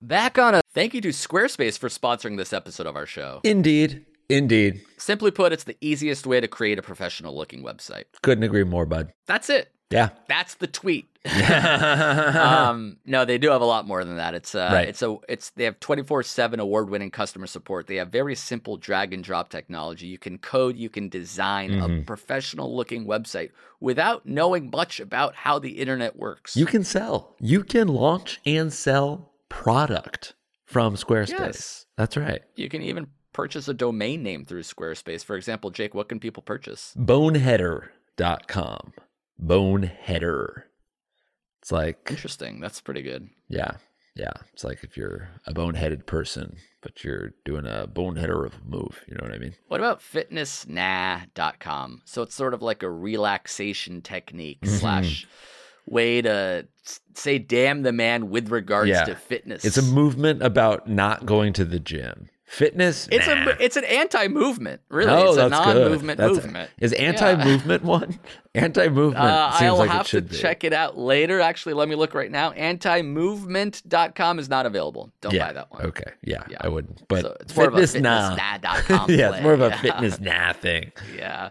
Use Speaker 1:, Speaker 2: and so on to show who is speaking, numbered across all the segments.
Speaker 1: Back on a thank you to Squarespace for sponsoring this episode of our show.
Speaker 2: Indeed. Indeed.
Speaker 1: Simply put, it's the easiest way to create a professional looking website.
Speaker 2: Couldn't agree more, bud.
Speaker 1: That's it.
Speaker 2: Yeah.
Speaker 1: That's the tweet. um, no, they do have a lot more than that. It's uh,
Speaker 2: Uh-huh. Right.
Speaker 1: it's a it's they have twenty four seven award winning customer support. They have very simple drag and drop technology. You can code, you can design a
Speaker 2: Mm-hmm.
Speaker 1: professional looking website without knowing much about how the internet works.
Speaker 2: you can sell. You can launch and sell product from Squarespace.
Speaker 1: Yes.
Speaker 2: That's right.
Speaker 1: you can even purchase a domain name through Squarespace. For example, Jake, what can people purchase?
Speaker 2: Boneheader.com. Boneheader. It's like
Speaker 1: Interesting. That's pretty good.
Speaker 2: Yeah. Yeah. It's like if you're a boneheaded person, but you're doing a boneheader of a move. You know what I mean?
Speaker 1: What about fitnessnah.com? So it's sort of like a relaxation technique
Speaker 2: Mm-hmm.
Speaker 1: slash way to s- say damn the man with regards
Speaker 2: Yeah.
Speaker 1: to fitness.
Speaker 2: It's a movement about not going to the gym. Fitness.
Speaker 1: it's
Speaker 2: nah.
Speaker 1: a it's an anti movement, really.
Speaker 2: Oh,
Speaker 1: it's a
Speaker 2: that's good.
Speaker 1: non-movement
Speaker 2: That's-
Speaker 1: movement.
Speaker 2: Is anti-movement one? Anti-movement
Speaker 1: Uh,
Speaker 2: seems
Speaker 1: I'll
Speaker 2: like
Speaker 1: have
Speaker 2: it
Speaker 1: to
Speaker 2: should be.
Speaker 1: check it out later. Actually, let me look right now. Antimovement.com is not available. Don't
Speaker 2: yeah.
Speaker 1: buy that one.
Speaker 2: Okay. Yeah,
Speaker 1: Yeah.
Speaker 2: I wouldn't. But
Speaker 1: so it's more
Speaker 2: fitness
Speaker 1: of a
Speaker 2: nah.
Speaker 1: fitnessnah.com.
Speaker 2: yeah, it's more of a
Speaker 1: play.
Speaker 2: fitness nah thing.
Speaker 1: Yeah.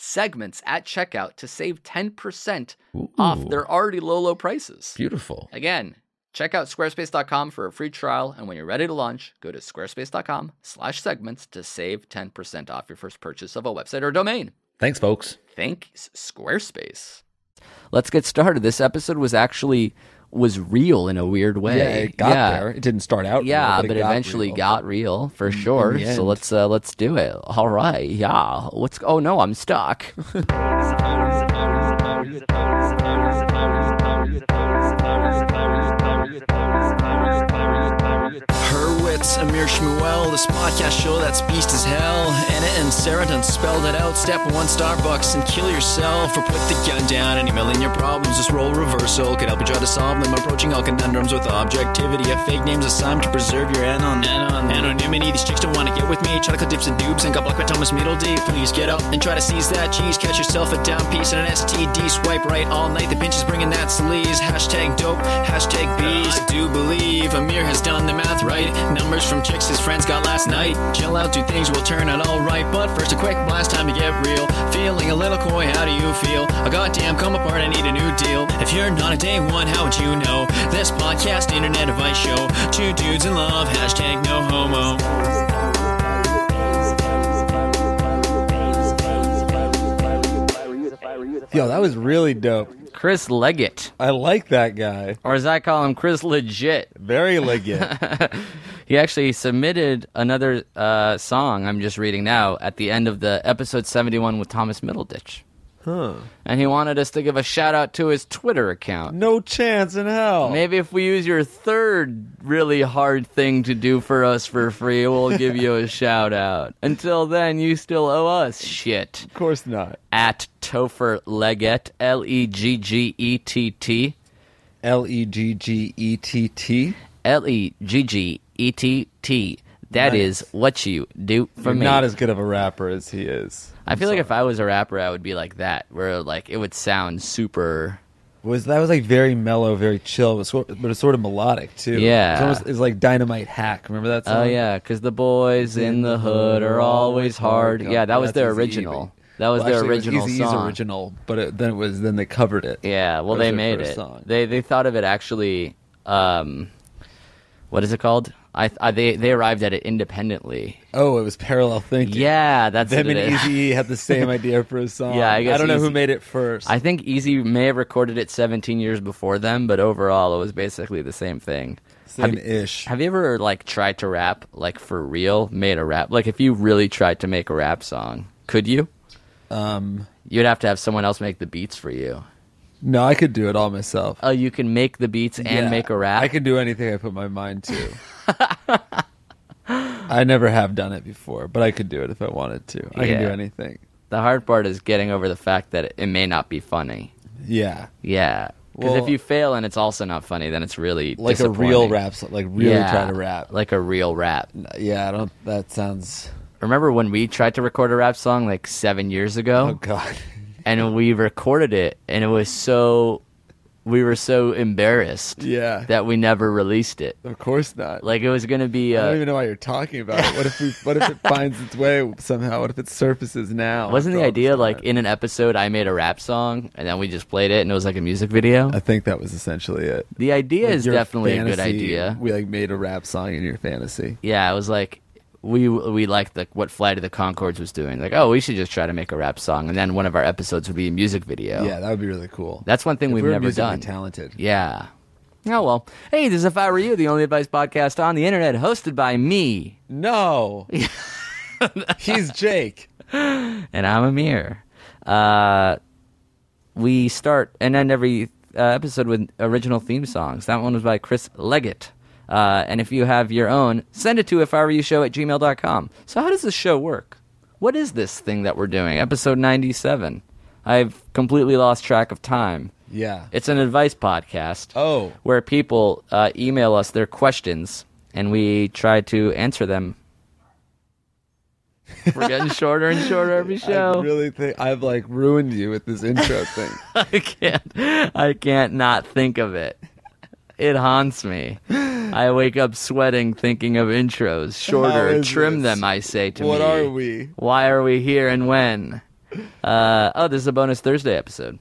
Speaker 1: segments at checkout to save 10% off
Speaker 2: Ooh.
Speaker 1: their already low, low prices.
Speaker 2: Beautiful.
Speaker 1: Again, check out squarespace.com for a free trial. And when you're ready to launch, go to squarespace.com slash segments to save 10% off your first purchase of a website or domain.
Speaker 2: Thanks, folks.
Speaker 1: Thanks, Squarespace. Let's get started. This episode was actually was real in a weird way.
Speaker 3: Yeah, it got
Speaker 1: Yeah.
Speaker 3: there. It didn't start out.
Speaker 1: Yeah,
Speaker 3: real,
Speaker 1: but,
Speaker 3: it
Speaker 1: eventually
Speaker 3: real.
Speaker 1: got real for sure.
Speaker 3: the
Speaker 1: So
Speaker 3: end.
Speaker 1: let's uh, let's do it. All right. Yeah. What's Oh no, I'm stuck.
Speaker 4: Hurwitz, Amir Shmuel, this podcast show that's beast as hell. Anna and Sarah done spelled it out. Step in one Starbucks and kill yourself, or put the gun down and email in your problems. This role reversal could help you try to solve them. Approaching all conundrums with objectivity. A fake name's a sign to preserve your anon- anon- anonymity. These chicks don't want to get with me. Chocolate dips and dupes and got blocked by Thomas Middledee. Please get up and try to seize that cheese. Catch yourself a down piece and an STD. Swipe right all night. The pinch is bringing that sleaze. Hashtag dope. Hashtag bees. I do believe Amir has done the math right. Numbers from chicks his friends got last night. Chill out, do things will turn out alright. But first, a quick blast, time to get real. Feeling a little coy, how do you feel? A goddamn come apart, I need a new deal. If you're not a day one, how would you know? This podcast, internet advice show. Two dudes in love, hashtag no homo.
Speaker 3: Yo, that was really dope.
Speaker 1: Chris Leggett,
Speaker 3: I like that guy.
Speaker 1: or as I call him, Chris Legit.
Speaker 3: Very legit.
Speaker 1: He actually submitted another uh, song I'm just reading now at the end of the episode 71 with Thomas Middleditch. Huh. And he wanted us to give a shout out to his Twitter account.
Speaker 3: no chance in hell.
Speaker 1: Maybe if we use your third really hard thing to do for us for free, we'll give you a shout out. Until then, you still owe us shit.
Speaker 3: Of course not.
Speaker 1: At Topher Leggett, L E G G E T T,
Speaker 3: L e g g e t t.
Speaker 1: L E G G E T T. That is what you do for me.
Speaker 3: Not as good of a rapper as he is.
Speaker 1: I feel like if I was a rapper, I would be like that, where like it would sound super.
Speaker 3: Was that was like very mellow, very chill, but sort, but it's sort of melodic too.
Speaker 1: Yeah.
Speaker 3: it's, almost, it's like Dynamite Hack. Remember that? song?
Speaker 1: Oh yeah, because the boys in the hood are always hard. Yeah, that
Speaker 3: Oh
Speaker 1: was
Speaker 3: That's
Speaker 1: their
Speaker 3: Eazy-E,
Speaker 1: original.
Speaker 3: but-
Speaker 1: That was
Speaker 3: Well,
Speaker 1: their
Speaker 3: actually,
Speaker 1: original
Speaker 3: it was Eazy-E's
Speaker 1: song.
Speaker 3: original, but it, then it was then they covered it.
Speaker 1: Yeah, well,
Speaker 3: That was
Speaker 1: they
Speaker 3: their
Speaker 1: made
Speaker 3: first
Speaker 1: it.
Speaker 3: song.
Speaker 1: They they thought of it actually. Um, what is it called? I, I they they arrived at it independently.
Speaker 3: Oh, it was parallel thinking.
Speaker 1: Yeah, that's
Speaker 3: Them
Speaker 1: what
Speaker 3: and
Speaker 1: it is.
Speaker 3: Easy had the same idea for a song.
Speaker 1: Yeah, I guess
Speaker 3: I don't know who
Speaker 1: Eazy-
Speaker 3: made it first.
Speaker 1: I think Easy may have recorded it 17 years before them, but overall it was basically the same thing.
Speaker 3: same ish.
Speaker 1: Have you ever like tried to rap like for real? Made a rap like if you really tried to make a rap song, could you?
Speaker 3: Um,
Speaker 1: You'd have to have someone else make the beats for you.
Speaker 3: no, I could do it all myself
Speaker 1: Oh, you can make the beats and
Speaker 3: Yeah,
Speaker 1: make a rap.
Speaker 3: I can do anything I put my mind to.
Speaker 2: I never have done it before, but I could do it if I wanted to. I can do
Speaker 1: Yeah.
Speaker 2: anything.
Speaker 1: The hard part is getting over the fact that it may not be funny.
Speaker 2: Yeah,
Speaker 1: Yeah. Because if
Speaker 2: Well-
Speaker 1: you fail and it's also not funny, then it's really
Speaker 2: like a real
Speaker 1: disappointing.
Speaker 2: rap, song, like really
Speaker 1: Yeah,
Speaker 2: try to rap.
Speaker 1: Like a real rap.
Speaker 2: yeah, I don't. That sounds.
Speaker 1: Remember when we tried to record a rap song like seven years
Speaker 2: Oh
Speaker 1: ago,
Speaker 2: God.
Speaker 1: and we recorded it, and it was so, we were so embarrassed
Speaker 2: Yeah.
Speaker 1: that we never released it.
Speaker 2: of course not.
Speaker 1: Like it was gonna be.
Speaker 2: I don't
Speaker 1: Uh,
Speaker 2: even know why you're talking about it. What if we? What if it finds its way somehow? What if it surfaces now?
Speaker 1: wasn't the
Speaker 2: after all
Speaker 1: idea
Speaker 2: this
Speaker 1: like
Speaker 2: time?
Speaker 1: in an episode I made a rap song and then we just played it and it was like a music video?
Speaker 2: I think that was essentially it.
Speaker 1: The idea
Speaker 2: Like,
Speaker 1: is
Speaker 2: your
Speaker 1: definitely a good
Speaker 2: fantasy-
Speaker 1: idea.
Speaker 2: We like made a rap song in your fantasy.
Speaker 1: yeah, I was like, we we liked the, what Flight of the Concords was doing. Like, oh, we should just try to make a rap song, and then one of our episodes would be a music video.
Speaker 2: Yeah, that would be really cool.
Speaker 1: that's one thing
Speaker 2: If
Speaker 1: we've
Speaker 2: we were
Speaker 1: never
Speaker 2: musically
Speaker 1: done.
Speaker 2: Talented.
Speaker 1: Yeah. Oh well. Hey, this is if I were you, the only advice podcast on the internet, hosted by me,
Speaker 2: No, he's Jake.
Speaker 1: and I'm Amir. Uh, we start and end every uh, episode with original theme songs. That one was by Chris Leggett. Uh, and if you have your own, send it to if I were you show at gmail.com. So, how does this show work? What is this thing that we're doing? Episode 97. I've completely lost track of time.
Speaker 2: Yeah.
Speaker 1: It's an advice podcast.
Speaker 2: Oh.
Speaker 1: Where people uh, email us their questions and we try to answer them. We're getting shorter and shorter every
Speaker 2: I
Speaker 1: show.
Speaker 2: really think I've like ruined you with this intro thing.
Speaker 1: I can't I can't not think of it. It haunts me. I wake up sweating thinking of intros. Shorter,
Speaker 2: is
Speaker 1: trim
Speaker 2: this?
Speaker 1: them, I say to
Speaker 2: What
Speaker 1: me.
Speaker 2: are we?
Speaker 1: Why are we here and when? Uh, oh, this is a bonus Thursday episode.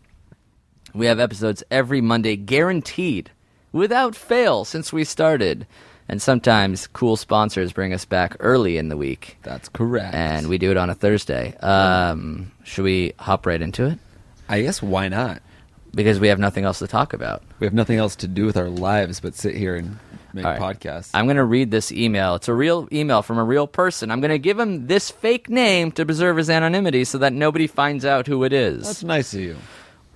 Speaker 1: We have episodes every Monday guaranteed, without fail, since we started. And sometimes cool sponsors bring us back early in the week,
Speaker 2: That's correct.
Speaker 1: and we do it on a Thursday. Um, should we hop right into it?
Speaker 2: I guess why not?
Speaker 1: Because we have nothing else to talk about.
Speaker 2: We have nothing else to do with our lives but sit here and make
Speaker 1: All right.
Speaker 2: podcasts.
Speaker 1: I'm going to read this email. It's a real email from a real person. I'm going to give him this fake name to preserve his anonymity so that nobody finds out who it is.
Speaker 2: That's nice of you.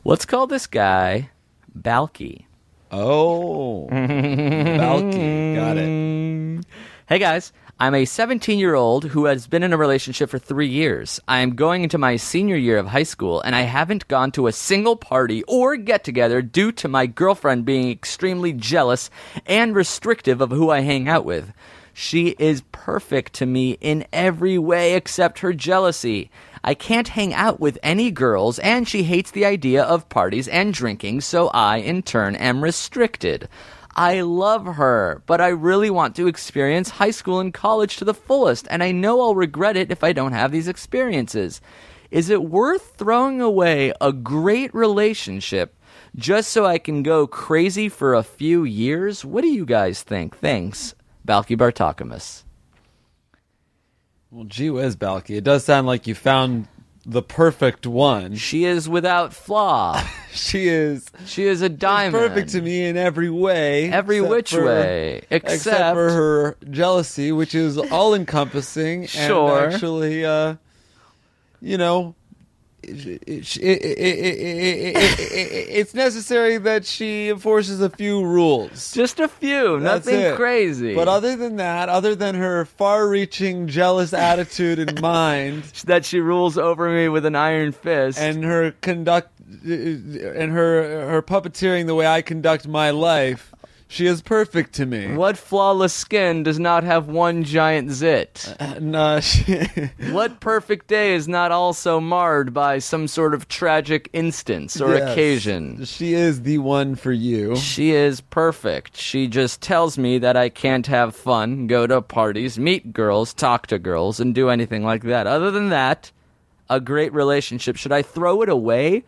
Speaker 1: Let's call this guy Balky.
Speaker 2: Oh, Balky, got it.
Speaker 1: Hey guys, I'm a 17 year old who has been in a relationship for three years. I am going into my senior year of high school and I haven't gone to a single party or get together due to my girlfriend being extremely jealous and restrictive of who I hang out with. She is perfect to me in every way except her jealousy. I can't hang out with any girls, and she hates the idea of parties and drinking, so I, in turn, am restricted. I love her, but I really want to experience high school and college to the fullest, and I know I'll regret it if I don't have these experiences. Is it worth throwing away a great relationship just so I can go crazy for a few years? What do you guys think? Thanks, Balky Bartokamus.
Speaker 2: Well, gee whiz, Balky. It does sound like you found the perfect one.
Speaker 1: She is without flaw.
Speaker 2: She is
Speaker 1: She is a diamond.
Speaker 2: perfect to me in every way,
Speaker 1: Every
Speaker 2: except
Speaker 1: which
Speaker 2: for-
Speaker 1: way,
Speaker 2: except,
Speaker 1: except-
Speaker 2: for her jealousy, which is all encompassing.
Speaker 1: Sure.
Speaker 2: and actually, uh, you know. it- it- it- it- it- it- it- It's necessary that she enforces a few rules.
Speaker 1: Just a few,
Speaker 2: That's
Speaker 1: nothing
Speaker 2: it.
Speaker 1: crazy.
Speaker 2: But other than that, other than her far-reaching jealous attitude in mind,
Speaker 1: that she rules over me with an iron fist.
Speaker 2: and her conduct, and her her puppeteering the way I conduct my life, she is perfect to me.
Speaker 1: what flawless skin does not have one giant zit?
Speaker 2: And, uh, she,
Speaker 1: What perfect day is not also marred by some sort of tragic instance or
Speaker 2: Yes.
Speaker 1: occasion?
Speaker 2: She is the one for you.
Speaker 1: She is perfect. She just tells me that I can't have fun, go to parties, meet girls, talk to girls, and do anything like that. Other than that, a great relationship. Should I throw it away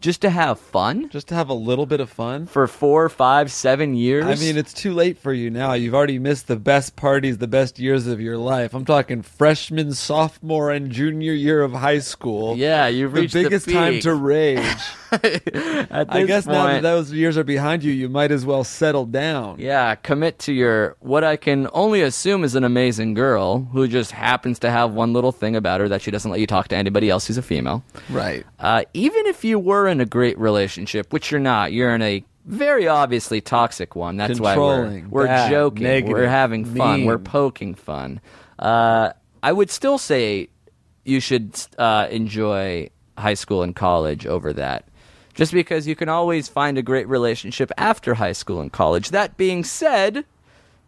Speaker 1: just to have fun
Speaker 2: Just to have a little bit of fun.
Speaker 1: for four, five, seven years?
Speaker 2: I mean, it's too late for you now. You've already missed the best parties, the best years of your life. I'm talking freshman, sophomore, and junior year of high school.
Speaker 1: yeah, you've
Speaker 2: the
Speaker 1: reached the
Speaker 2: biggest time
Speaker 1: peak.
Speaker 2: to rage.
Speaker 1: At
Speaker 2: I
Speaker 1: this
Speaker 2: guess now that
Speaker 1: point-
Speaker 2: those years are behind you, you might as well settle down.
Speaker 1: Yeah, commit to your what I can only assume is an amazing girl who just happens to have one little thing about her that she doesn't let you talk to anybody else who's a female.
Speaker 2: Right.
Speaker 1: Uh, even if you were in a great relationship, which you're not, you're in a very obviously toxic one. That's why we're,
Speaker 2: Controlling,
Speaker 1: we're
Speaker 2: bad,
Speaker 1: joking.
Speaker 2: negative,
Speaker 1: we're having fun. We're
Speaker 2: mean.
Speaker 1: poking fun. Uh, I would still say you should uh, enjoy high school and college over that. Just because you can always find a great relationship after high school and college. That being said,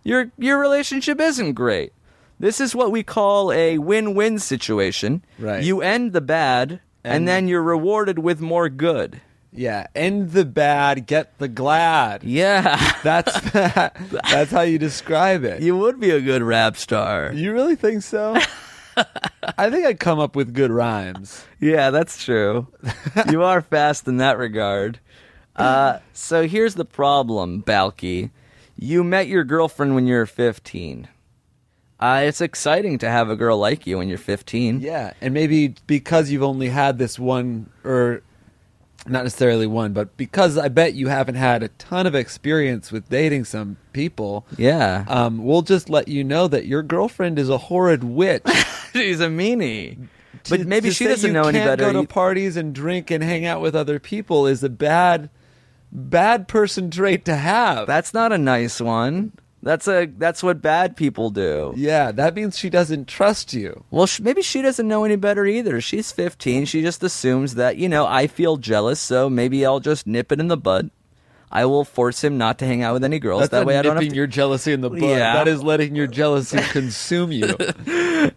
Speaker 1: your your relationship isn't great. This is what we call a win-win situation.
Speaker 2: Right.
Speaker 1: You end the bad and
Speaker 2: And-
Speaker 1: then you're rewarded with more good.
Speaker 2: Yeah, end the bad, get the glad.
Speaker 1: Yeah.
Speaker 2: That's that's how you describe it.
Speaker 1: You would be a good rap star.
Speaker 2: You really think so? I think I'd come up with good rhymes.
Speaker 1: Yeah, that's true. you are fast in that regard. Uh, so here's the problem, Balky. You met your girlfriend when you were 15. Uh, it's exciting to have a girl like you when you're 15.
Speaker 2: Yeah, and maybe because you've only had this one, or not necessarily one, but because I bet you haven't had a ton of experience with dating some people,
Speaker 1: Yeah.
Speaker 2: um, we'll just let you know that your girlfriend is a horrid witch.
Speaker 1: She's a meanie.
Speaker 2: To-
Speaker 1: But maybe
Speaker 2: to
Speaker 1: she
Speaker 2: say
Speaker 1: doesn't
Speaker 2: you
Speaker 1: know any
Speaker 2: can't
Speaker 1: better. e-
Speaker 2: Go
Speaker 1: You-
Speaker 2: to parties and drink and hang out with other people is a bad, bad person trait to have.
Speaker 1: That's not a nice one. That's a that's what bad people do.
Speaker 2: yeah, that means she doesn't trust you.
Speaker 1: Well, sh- maybe she doesn't know any better either. She's 15. She just assumes that, you know, I feel jealous, so maybe I'll just nip it in the bud. I will force him not to hang out with any girls.
Speaker 2: That's
Speaker 1: that
Speaker 2: not
Speaker 1: way I don't
Speaker 2: nipping
Speaker 1: have to.
Speaker 2: your jealousy in the bud.
Speaker 1: Yeah.
Speaker 2: That is letting your jealousy consume you.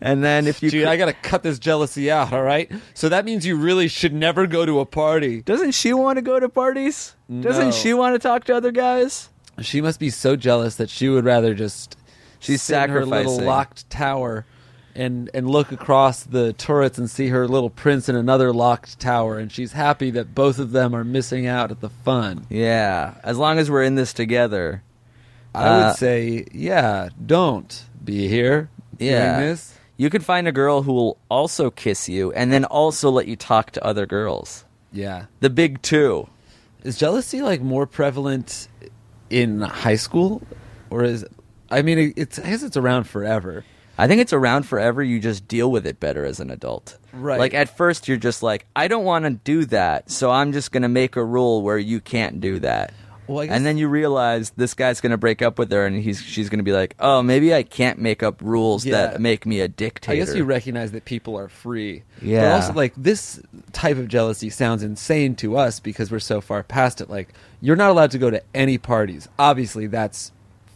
Speaker 1: And then if you.
Speaker 2: Dude,
Speaker 1: cr-
Speaker 2: I gotta cut this jealousy out. All right. So that means you really should never go to a party.
Speaker 1: Doesn't she want to go to parties? Doesn't
Speaker 2: No.
Speaker 1: she want to talk to other guys?
Speaker 2: She must be so jealous that she would rather just
Speaker 1: She's
Speaker 2: sit in her little
Speaker 1: sacrificing.
Speaker 2: locked tower and and look across the turrets and see her little prince in another locked tower and she's happy that both of them are missing out at the fun.
Speaker 1: Yeah, as long as we're in this together.
Speaker 2: I
Speaker 1: Uh,
Speaker 2: would say, yeah, don't be here
Speaker 1: Yeah.
Speaker 2: doing this.
Speaker 1: You could find a girl who will also kiss you and then also let you talk to other girls.
Speaker 2: Yeah.
Speaker 1: The big two.
Speaker 2: Is jealousy like more prevalent in high school or is I mean it- it's I guess it's around forever.
Speaker 1: I think it's around forever. You just deal with it better as an adult.
Speaker 2: Right.
Speaker 1: Like at first, you're just like, I don't want to do that, so I'm just going to make a rule where you can't do that.
Speaker 2: Well, I guess-
Speaker 1: and then you realize this guy's going to break up with her, and he's she's going to be like, Oh, maybe I can't make up rules
Speaker 2: Yeah.
Speaker 1: that make me a dictator.
Speaker 2: I guess you recognize that people are free. But
Speaker 1: Yeah.
Speaker 2: also, like, this type of jealousy sounds insane to us because we're so far past it. Like, you're not allowed to go to any parties. Obviously, that's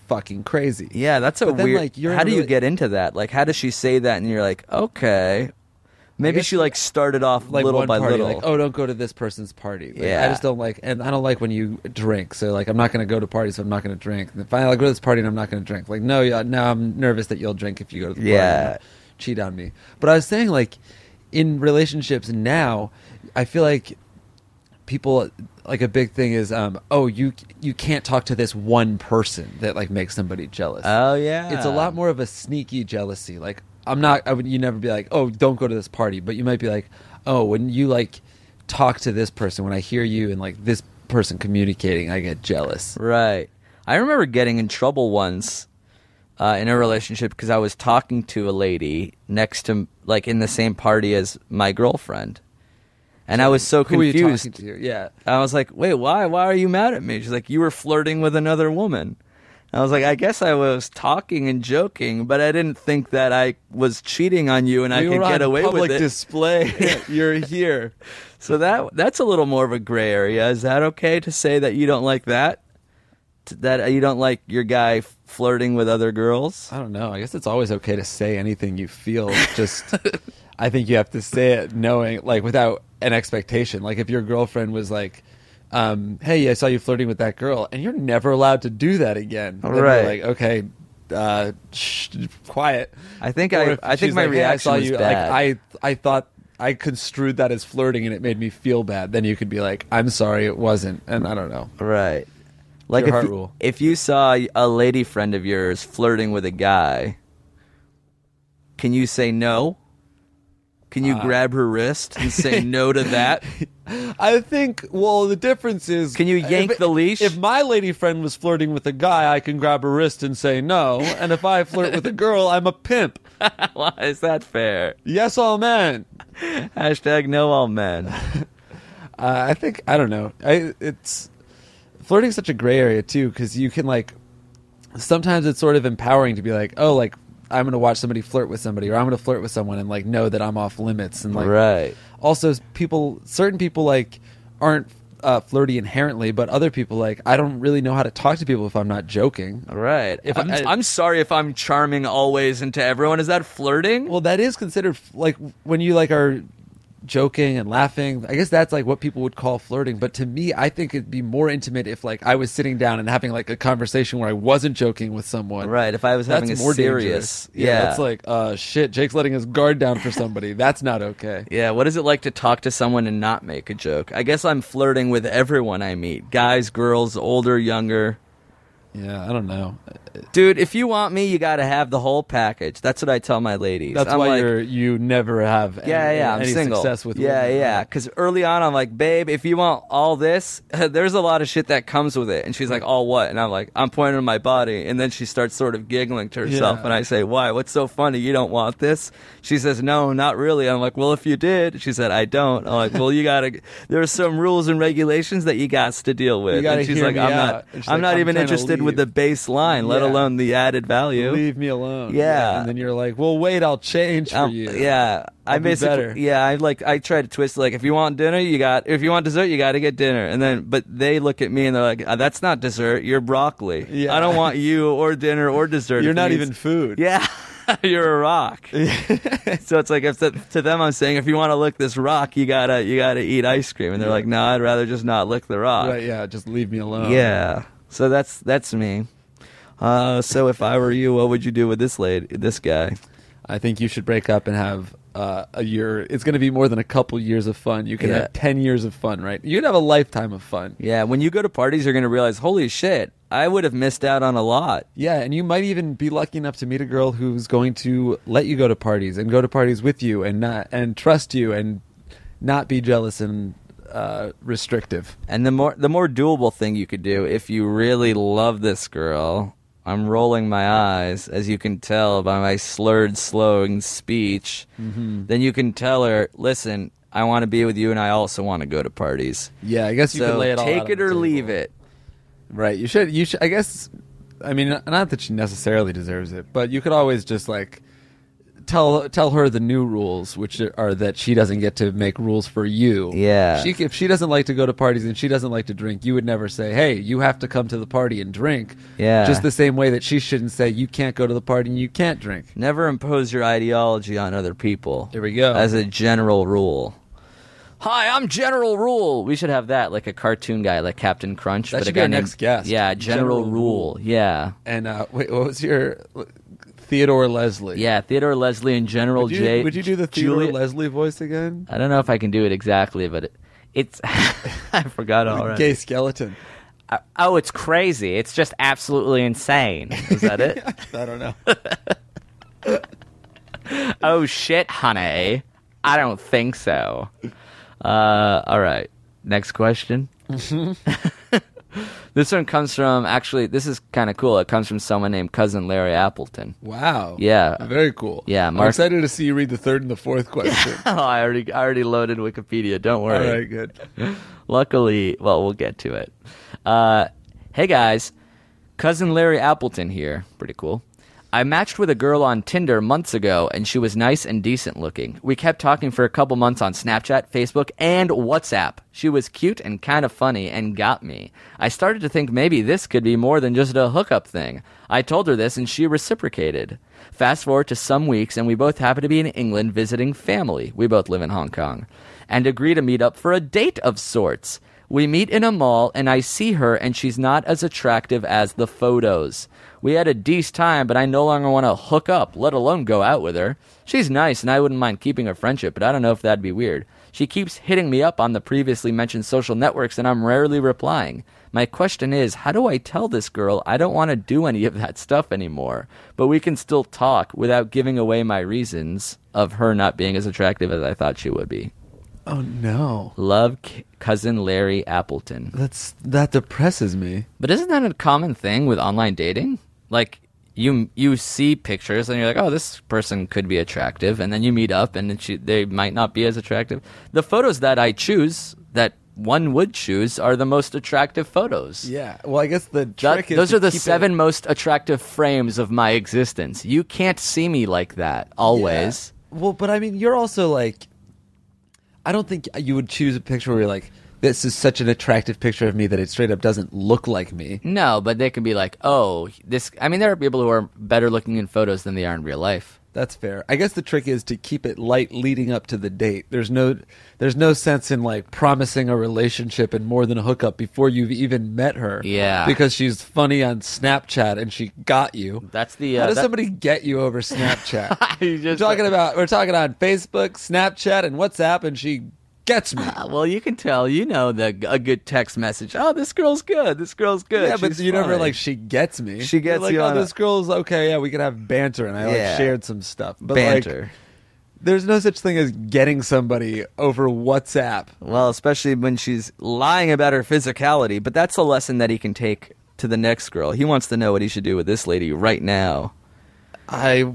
Speaker 2: fucking crazy.
Speaker 1: yeah, that's a
Speaker 2: But then,
Speaker 1: weird.
Speaker 2: like, you're in
Speaker 1: how
Speaker 2: a
Speaker 1: do you
Speaker 2: really-
Speaker 1: get into that? Like, how does she say that, and you're like, Okay, maybe
Speaker 2: guess
Speaker 1: she like started off
Speaker 2: Like
Speaker 1: little
Speaker 2: one
Speaker 1: by
Speaker 2: party,
Speaker 1: little.
Speaker 2: like, oh, don't go to this person's party. Like,
Speaker 1: Yeah.
Speaker 2: I just don't like, and I don't like when you drink. So, like, I'm not going to go to parties. So I'm not going to drink. And finally, I'll go to this party and I'm not going to drink. Like, no, yeah, now I'm nervous that you'll drink if you go to the party.
Speaker 1: Yeah.
Speaker 2: cheat on me. But I was saying, like, in relationships now, I feel like people like a big thing is um oh you you can't talk to this one person that like makes somebody jealous
Speaker 1: Oh, yeah.
Speaker 2: it's a lot more of a sneaky jealousy like i'm not i would you never be like oh don't go to this party but you might be like oh when you like talk to this person when i hear you and like this person communicating i get jealous
Speaker 1: Right. I remember getting in trouble once uh, in a relationship because I was talking to a lady next to, like, in the same party as my girlfriend. And I was so
Speaker 2: who are you
Speaker 1: confused.
Speaker 2: talking to yeah
Speaker 1: I was like, wait, why? Why are you mad at me? She's like, you were flirting with another woman. I was like, I guess I was talking and joking, but I didn't think that I was cheating on you and I
Speaker 2: We
Speaker 1: could
Speaker 2: were
Speaker 1: get
Speaker 2: on
Speaker 1: away
Speaker 2: public
Speaker 1: with it.
Speaker 2: display you're here
Speaker 1: So that that's a little more of a gray area. Is that okay to say that you don't like that? T- That you don't like your guy f- flirting with other girls?
Speaker 2: I don't know. I guess it's always okay to say anything you feel. Just, I think you have to say it knowing, like, without an expectation. Like, if your girlfriend was like, um, "Hey, I saw you flirting with that girl," and you're never allowed to do that again. Then you're
Speaker 1: Right.
Speaker 2: Like, okay, uh, shh, quiet.
Speaker 1: I think
Speaker 2: Or
Speaker 1: I-
Speaker 2: if
Speaker 1: I think
Speaker 2: she's
Speaker 1: my
Speaker 2: like, "Hey,
Speaker 1: reaction
Speaker 2: I saw
Speaker 1: was
Speaker 2: you.
Speaker 1: bad.
Speaker 2: Like, I, I thought. I construed that as flirting and it made me feel bad. Then you could be like, I'm sorry, it wasn't. And I don't know.
Speaker 1: Right. Like
Speaker 2: your
Speaker 1: if
Speaker 2: heart
Speaker 1: you,
Speaker 2: rule.
Speaker 1: if you saw a lady friend of yours flirting with a guy, can you say no? Can
Speaker 2: Uh,
Speaker 1: you grab her wrist and say no to that?
Speaker 2: I think. Well, the difference is,
Speaker 1: Can you yank
Speaker 2: if-
Speaker 1: the leash?
Speaker 2: If my lady friend was flirting with a guy, I can grab her wrist and say no. And if I flirt with a girl, I'm a pimp.
Speaker 1: Why is that fair?
Speaker 2: Yes, all men.
Speaker 1: Hashtag no all men.
Speaker 2: Uh, I think I don't know. I, it's flirting's such a gray area too because you can like sometimes it's sort of empowering to be like, oh, like I'm going to watch somebody flirt with somebody or I'm going to flirt with someone and like know that I'm off limits and like
Speaker 1: Right.
Speaker 2: also people certain people like aren't uh, flirty inherently, but other people like I don't really know how to talk to people if I'm not joking.
Speaker 1: All right. If I'm,
Speaker 2: I-
Speaker 1: I'm sorry if I'm charming always and to everyone. Is that flirting?
Speaker 2: Well, that is considered f- like when you like are joking and laughing. I guess that's like what people would call flirting. But to me, I think it'd be more intimate if like I was sitting down and having like a conversation where I wasn't joking with someone.
Speaker 1: right. If I was
Speaker 2: That's
Speaker 1: having a
Speaker 2: more
Speaker 1: serious,
Speaker 2: dangerous. yeah, that's like uh, shit. Jake's letting his guard down for somebody. That's not okay.
Speaker 1: Yeah, what is it like to talk to someone and not make a joke? I guess I'm flirting with everyone I meet guys, girls, older, younger.
Speaker 2: Yeah, I don't know.
Speaker 1: Dude, if you want me, you got to have the whole package. That's what I tell my ladies.
Speaker 2: That's
Speaker 1: I'm
Speaker 2: why
Speaker 1: like,
Speaker 2: you're you never have any,
Speaker 1: yeah, yeah, I'm
Speaker 2: any
Speaker 1: single.
Speaker 2: success with
Speaker 1: yeah,
Speaker 2: women.
Speaker 1: yeah. Because early on, I'm like, babe, if you want all this, there's a lot of shit that comes with it. And she's like, all what? And I'm like, I'm pointing to my body. And then she starts sort of giggling to herself.
Speaker 2: Yeah.
Speaker 1: And I say, why? What's so funny? You don't want this? She says, no, not really. I'm like, well, if you did, she said, I don't. I'm like, well, you gotta. There's some rules and regulations that you got to deal with.
Speaker 2: gotta
Speaker 1: and she's
Speaker 2: hear
Speaker 1: like,
Speaker 2: me
Speaker 1: I'm
Speaker 2: out."
Speaker 1: not.
Speaker 2: And she's
Speaker 1: I'm
Speaker 2: like,
Speaker 1: not
Speaker 2: "I'm
Speaker 1: even
Speaker 2: trying to
Speaker 1: interested with the
Speaker 2: leave."
Speaker 1: baseline, let
Speaker 2: Yeah.
Speaker 1: alone the added value.
Speaker 2: Leave me alone.
Speaker 1: Yeah.
Speaker 2: and then you're like, well, wait, I'll change for
Speaker 1: Um,
Speaker 2: you.
Speaker 1: Yeah, I
Speaker 2: That'd be
Speaker 1: basically
Speaker 2: better.
Speaker 1: yeah, I like I try to twist like if you want dinner, you got if you want dessert, you got to get dinner, and then but they look at me and they're like, "Uh, that's not dessert, you're broccoli.
Speaker 2: Yeah.
Speaker 1: I don't want you or dinner or dessert.
Speaker 2: you're
Speaker 1: It
Speaker 2: not
Speaker 1: means-
Speaker 2: even food.
Speaker 1: yeah. You're a rock, so it's like if to, to them I'm saying if you want to lick this rock, you gotta you gotta eat ice cream, and they're like, no, I'd rather just not lick the rock.
Speaker 2: Right, Oh. yeah, just leave me alone.
Speaker 1: Yeah, so that's that's me. Uh, so if I were you, what would you do with this lady, this guy?
Speaker 2: I think you should break up and have uh, a year. It's going to be more than a couple years of fun. You can
Speaker 1: Yeah.
Speaker 2: have 10 years of fun, right? You can have a lifetime of fun.
Speaker 1: Yeah, when you go to parties, you're going to realize, holy shit, I would have missed out on a lot.
Speaker 2: Yeah, and you might even be lucky enough to meet a girl who's going to let you go to parties and go to parties with you and not and trust you and not be jealous and uh, restrictive.
Speaker 1: And the more the more doable thing you could do if you really love this girl. I'm rolling my eyes, as you can tell by my slurred, slowing speech.
Speaker 2: Mm-hmm.
Speaker 1: Then you can tell her, listen, I want to be with you, and I also want to go to parties.
Speaker 2: Yeah, I guess you
Speaker 1: so
Speaker 2: can lay it all out
Speaker 1: take
Speaker 2: on
Speaker 1: it
Speaker 2: the
Speaker 1: or
Speaker 2: table.
Speaker 1: leave it.
Speaker 2: Right. You should. You should. I guess. I mean, not that she necessarily deserves it, but you could always just like tell tell her the new rules, which are that she doesn't get to make rules for you.
Speaker 1: Yeah.
Speaker 2: She, if she doesn't like to go to parties and she doesn't like to drink, you would never say, "Hey, you have to come to the party and drink."
Speaker 1: Yeah.
Speaker 2: Just the same way that she shouldn't say, "You can't go to the party and you can't drink."
Speaker 1: Never impose your ideology on other people.
Speaker 2: There we go.
Speaker 1: As a general rule. Hi, I'm General Rule. We should have that, like a cartoon guy, like Captain Crunch.
Speaker 2: That
Speaker 1: but
Speaker 2: should
Speaker 1: a
Speaker 2: be
Speaker 1: guy
Speaker 2: our
Speaker 1: named-
Speaker 2: next guest.
Speaker 1: Yeah, General,
Speaker 2: General
Speaker 1: Rule. Yeah.
Speaker 2: And uh, wait, what was your Theodore Leslie?
Speaker 1: Yeah, Theodore Leslie and General
Speaker 2: Would you,
Speaker 1: J.
Speaker 2: would you do the Theodore
Speaker 1: Julia-
Speaker 2: Leslie voice again?
Speaker 1: I don't know if I can do it exactly, but it, it's. I forgot already.
Speaker 2: Gay skeleton.
Speaker 1: Oh, it's crazy. It's just absolutely insane. Is that it?
Speaker 2: I don't know.
Speaker 1: oh shit, honey. I don't think so. Uh, all right. Next question. Mm-hmm. this one comes from actually. This is kind of cool. It comes from someone named Cousin Larry Appleton.
Speaker 2: Wow.
Speaker 1: Yeah.
Speaker 2: Very cool.
Speaker 1: Yeah,
Speaker 2: I'm
Speaker 1: Mark-
Speaker 2: excited to see you read the third and the fourth question.
Speaker 1: Oh, I already, I already loaded Wikipedia. Don't
Speaker 2: All
Speaker 1: worry.
Speaker 2: right, good.
Speaker 1: Luckily, well, we'll get to it. Uh, hey guys, cousin Larry Appleton here. Pretty cool. I matched with a girl on Tinder months ago, and she was nice and decent looking. We kept talking for a couple months on Snapchat, Facebook, and WhatsApp. She was cute and kind of funny and got me. I started to think maybe this could be more than just a hookup thing. I told her this, and she reciprocated. Fast forward to some weeks, and we both happen to be in England visiting family. We both live in Hong Kong and agree to meet up for a date of sorts. We meet in a mall, and I see her, and she's not as attractive as the photos. We had a decent time, but I no longer want to hook up, let alone go out with her. She's nice, and I wouldn't mind keeping her friendship, but I don't know if that'd be weird. She keeps hitting me up on the previously mentioned social networks, and I'm rarely replying. My question is, how do I tell this girl I don't want to do any of that stuff anymore, but we can still talk without giving away my reasons of her not being as attractive as I thought she would be?
Speaker 2: Oh no,
Speaker 1: Love C- cousin Larry Appleton.
Speaker 2: that's that depresses me.
Speaker 1: But isn't that a common thing with online dating? Like you you see pictures and you're like, "Oh, this person could be attractive." And then you meet up and then she, they might not be as attractive. The photos that I choose that one would choose are the most attractive photos.
Speaker 2: Yeah. Well, I guess the
Speaker 1: That-
Speaker 2: trick is
Speaker 1: those
Speaker 2: to
Speaker 1: are the
Speaker 2: keep it-
Speaker 1: seven most attractive frames of my existence. You can't see me like that always.
Speaker 2: Yeah. Well, but I mean, you're also like, I don't think you would choose a picture where you're like, this is such an attractive picture of me that it straight up doesn't look like me.
Speaker 1: No, but they can be like, oh, this. I mean, there are people who are better looking in photos than they are in real life.
Speaker 2: That's fair. I guess the trick is to keep it light leading up to the date. There's no, there's no sense in like promising a relationship and more than a hookup before you've even met her.
Speaker 1: Yeah.
Speaker 2: because she's funny on Snapchat and she got you.
Speaker 1: That's the.
Speaker 2: How
Speaker 1: Uh,
Speaker 2: does
Speaker 1: that-
Speaker 2: somebody get you over Snapchat?
Speaker 1: You
Speaker 2: we're
Speaker 1: just-
Speaker 2: talking about we're talking on Facebook, Snapchat, and WhatsApp, and she gets me.
Speaker 1: Uh, Well, you can tell. You know the a good text message. Oh, this girl's good. This girl's good.
Speaker 2: Yeah, but
Speaker 1: She's
Speaker 2: you never
Speaker 1: fine."
Speaker 2: like she gets me.
Speaker 1: She gets
Speaker 2: You're like,
Speaker 1: you
Speaker 2: Oh,
Speaker 1: on a-
Speaker 2: this girl's okay. Yeah, we could have banter, and I like
Speaker 1: Yeah.
Speaker 2: shared some stuff. But
Speaker 1: banter.
Speaker 2: like, there's no such thing as getting somebody over WhatsApp.
Speaker 1: Well, especially when she's lying about her physicality, but that's a lesson that he can take to the next girl. He wants to know what he should do with this lady right now.
Speaker 2: I,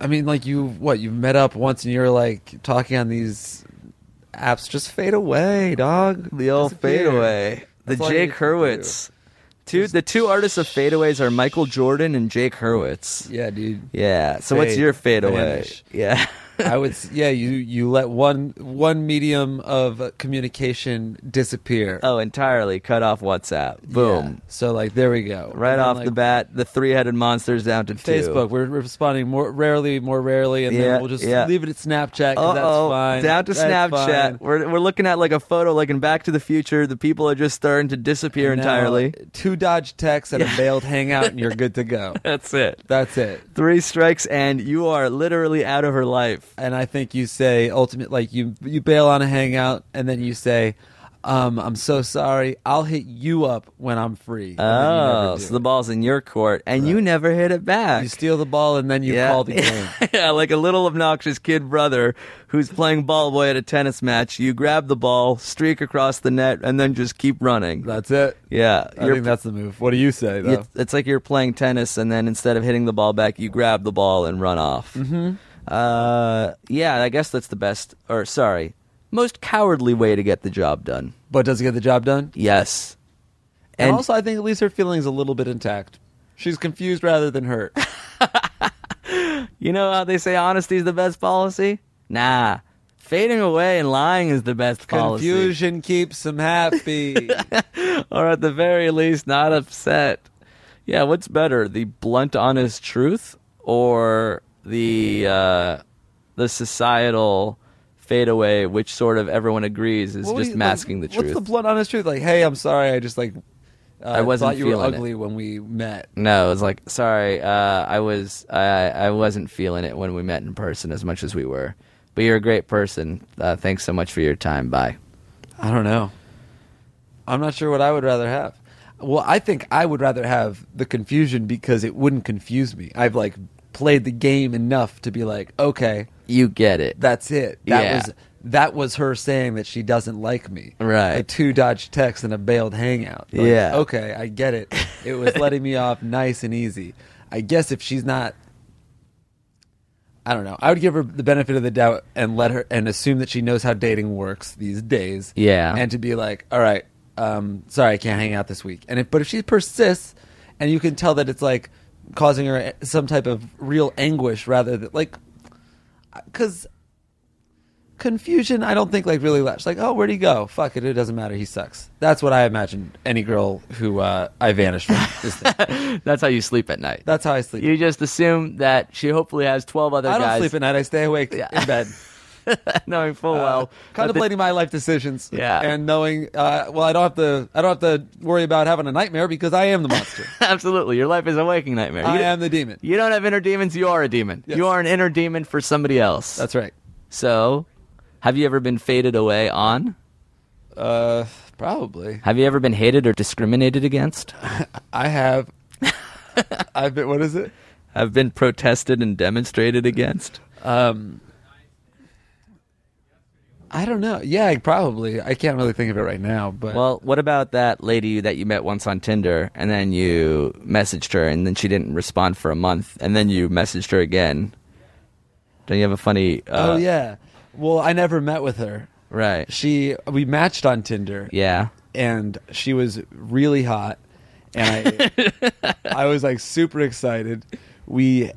Speaker 2: I mean, like you, what you met up once, and you're like talking on these apps. Just fade away, dog.
Speaker 1: The old
Speaker 2: Disappear.
Speaker 1: fadeaway. The
Speaker 2: That's all you
Speaker 1: Jake
Speaker 2: need to
Speaker 1: Hurwitz. Two, the two artists of fadeaways are Michael Jordan and Jake Hurwitz.
Speaker 2: Yeah, dude.
Speaker 1: Yeah. So what's
Speaker 2: Fade.
Speaker 1: your fadeaway?
Speaker 2: Vanish.
Speaker 1: Yeah.
Speaker 2: I would. s- Yeah, you you let one one medium of uh, communication disappear.
Speaker 1: oh, entirely cut off WhatsApp. Boom.
Speaker 2: Yeah. So like, there we go.
Speaker 1: Right
Speaker 2: And then,
Speaker 1: off
Speaker 2: like,
Speaker 1: the bat, the three-headed monster's down to two.
Speaker 2: Facebook. We're responding more rarely, more rarely, and
Speaker 1: Yeah,
Speaker 2: then we'll just
Speaker 1: yeah.
Speaker 2: leave it at Snapchat. 'cause that's
Speaker 1: Uh-oh,
Speaker 2: fine.
Speaker 1: Down to
Speaker 2: That's
Speaker 1: Snapchat.
Speaker 2: fine.
Speaker 1: We're we're looking at like a photo, like in Back to the Future. The people are just starting to disappear
Speaker 2: Now,
Speaker 1: entirely.
Speaker 2: two dodge texts and a bailed hangout, and you're good to go.
Speaker 1: That's it.
Speaker 2: That's it.
Speaker 1: Three strikes, and you are literally out of her life.
Speaker 2: And I think you say ultimate, like you you bail on a hangout, and then you say, um, "I'm so sorry. I'll hit you up when I'm free." And then you never
Speaker 1: Oh,
Speaker 2: do
Speaker 1: so the
Speaker 2: it.
Speaker 1: ball's in your court, and you never hit it back.
Speaker 2: You steal the ball, and then you
Speaker 1: yeah.
Speaker 2: call the game.
Speaker 1: yeah, like a little obnoxious kid brother who's playing ball boy at a tennis match. You grab the ball, streak across the net, and then just keep running.
Speaker 2: That's it.
Speaker 1: yeah,
Speaker 2: I think that's the move. What do you say though?
Speaker 1: It's, it's like you're playing tennis, and then instead of hitting the ball back, you grab the ball and run off. Mm-hmm. Uh, yeah, I guess that's the best, or sorry, most cowardly way to get the job done.
Speaker 2: But does it get the job done?
Speaker 1: Yes.
Speaker 2: And,
Speaker 1: And-
Speaker 2: also, I think it leaves her feelings a little bit intact. She's confused rather than hurt.
Speaker 1: You know how they say honesty is the best policy? Nah. Fading away and lying is the best policy.
Speaker 2: Confusion keeps them happy.
Speaker 1: Or at the very least, not upset. Yeah, what's better, the blunt, honest truth or the uh, the societal fadeaway, which sort of everyone agrees is
Speaker 2: What do
Speaker 1: just
Speaker 2: you-
Speaker 1: masking
Speaker 2: like,
Speaker 1: the truth?
Speaker 2: What's the blunt, honest truth? Like, hey, I'm sorry. I just like uh, I
Speaker 1: wasn't
Speaker 2: thought you were
Speaker 1: feeling it.
Speaker 2: ugly when we met.
Speaker 1: no, it's like sorry, uh, I was I I wasn't feeling it when we met in person as much as we were. But you're a great person. Uh, thanks so much for your time. Bye.
Speaker 2: I don't know. I'm not sure what I would rather have. Well, I think I would rather have the confusion because it wouldn't confuse me. I've like played the game enough to be like, okay,
Speaker 1: You get it.
Speaker 2: that's it. That
Speaker 1: Yeah.
Speaker 2: was that was her saying that she doesn't like me.
Speaker 1: Right.
Speaker 2: A two dodge text and a bailed hangout. Like,
Speaker 1: Yeah.
Speaker 2: Okay, I get it. It was letting me off nice and easy. I guess if she's not I don't know. I would give her the benefit of the doubt and let her and assume that she knows how dating works these days.
Speaker 1: Yeah.
Speaker 2: And to be like, all right, um, sorry, I can't hang out this week. And if but if she persists, and you can tell that it's like causing her some type of real anguish rather than like, because confusion. I don't think like really latched. Like, oh, where'd he go? Fuck it, it doesn't matter. He sucks. That's what I imagine any girl who uh, I vanished from. Is thinking.
Speaker 1: That's how you sleep at night.
Speaker 2: That's how I sleep.
Speaker 1: you just assume that she hopefully has 12 other
Speaker 2: I don't
Speaker 1: guys
Speaker 2: sleep at night. I stay awake in bed.
Speaker 1: knowing full
Speaker 2: uh,
Speaker 1: well that the-
Speaker 2: contemplating my life decisions.
Speaker 1: Yeah.
Speaker 2: and knowing, uh, well, I don't have to. I don't have to worry about having a nightmare because I am the monster.
Speaker 1: Absolutely. Your life is a waking nightmare.
Speaker 2: I
Speaker 1: you,
Speaker 2: am the demon.
Speaker 1: you don't have inner demons, you are a demon.
Speaker 2: Yes.
Speaker 1: You are an inner demon for somebody else.
Speaker 2: That's right.
Speaker 1: So, have you ever been faded away on?
Speaker 2: Uh, probably.
Speaker 1: Have you ever been hated or discriminated against?
Speaker 2: I have. I've been. What is it?
Speaker 1: Have been protested and demonstrated against?
Speaker 2: Um, I don't know. Yeah, probably. I can't really think of it right now. But
Speaker 1: Well, what about that lady that you met once on Tinder and then you messaged her and then she didn't respond for a month and then you messaged her again? Don't you have a funny uh,
Speaker 2: oh yeah. Well, I never met with her.
Speaker 1: Right.
Speaker 2: She we matched on Tinder.
Speaker 1: Yeah.
Speaker 2: and she was really hot and I I was like super excited. We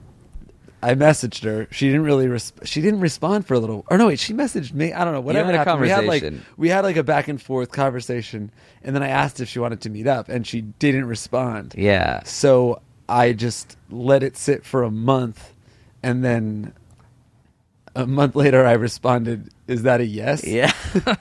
Speaker 2: I messaged her. She didn't really res- she didn't respond for a little. Or no, wait, she messaged me. I don't know. Whatever
Speaker 1: had a
Speaker 2: happened. We had like
Speaker 1: conversation.
Speaker 2: we had like a back and forth conversation and then I asked if she wanted to meet up and she didn't respond.
Speaker 1: Yeah.
Speaker 2: So I just let it sit for a month and then a month later I responded, "Is that a yes?"
Speaker 1: Yeah. I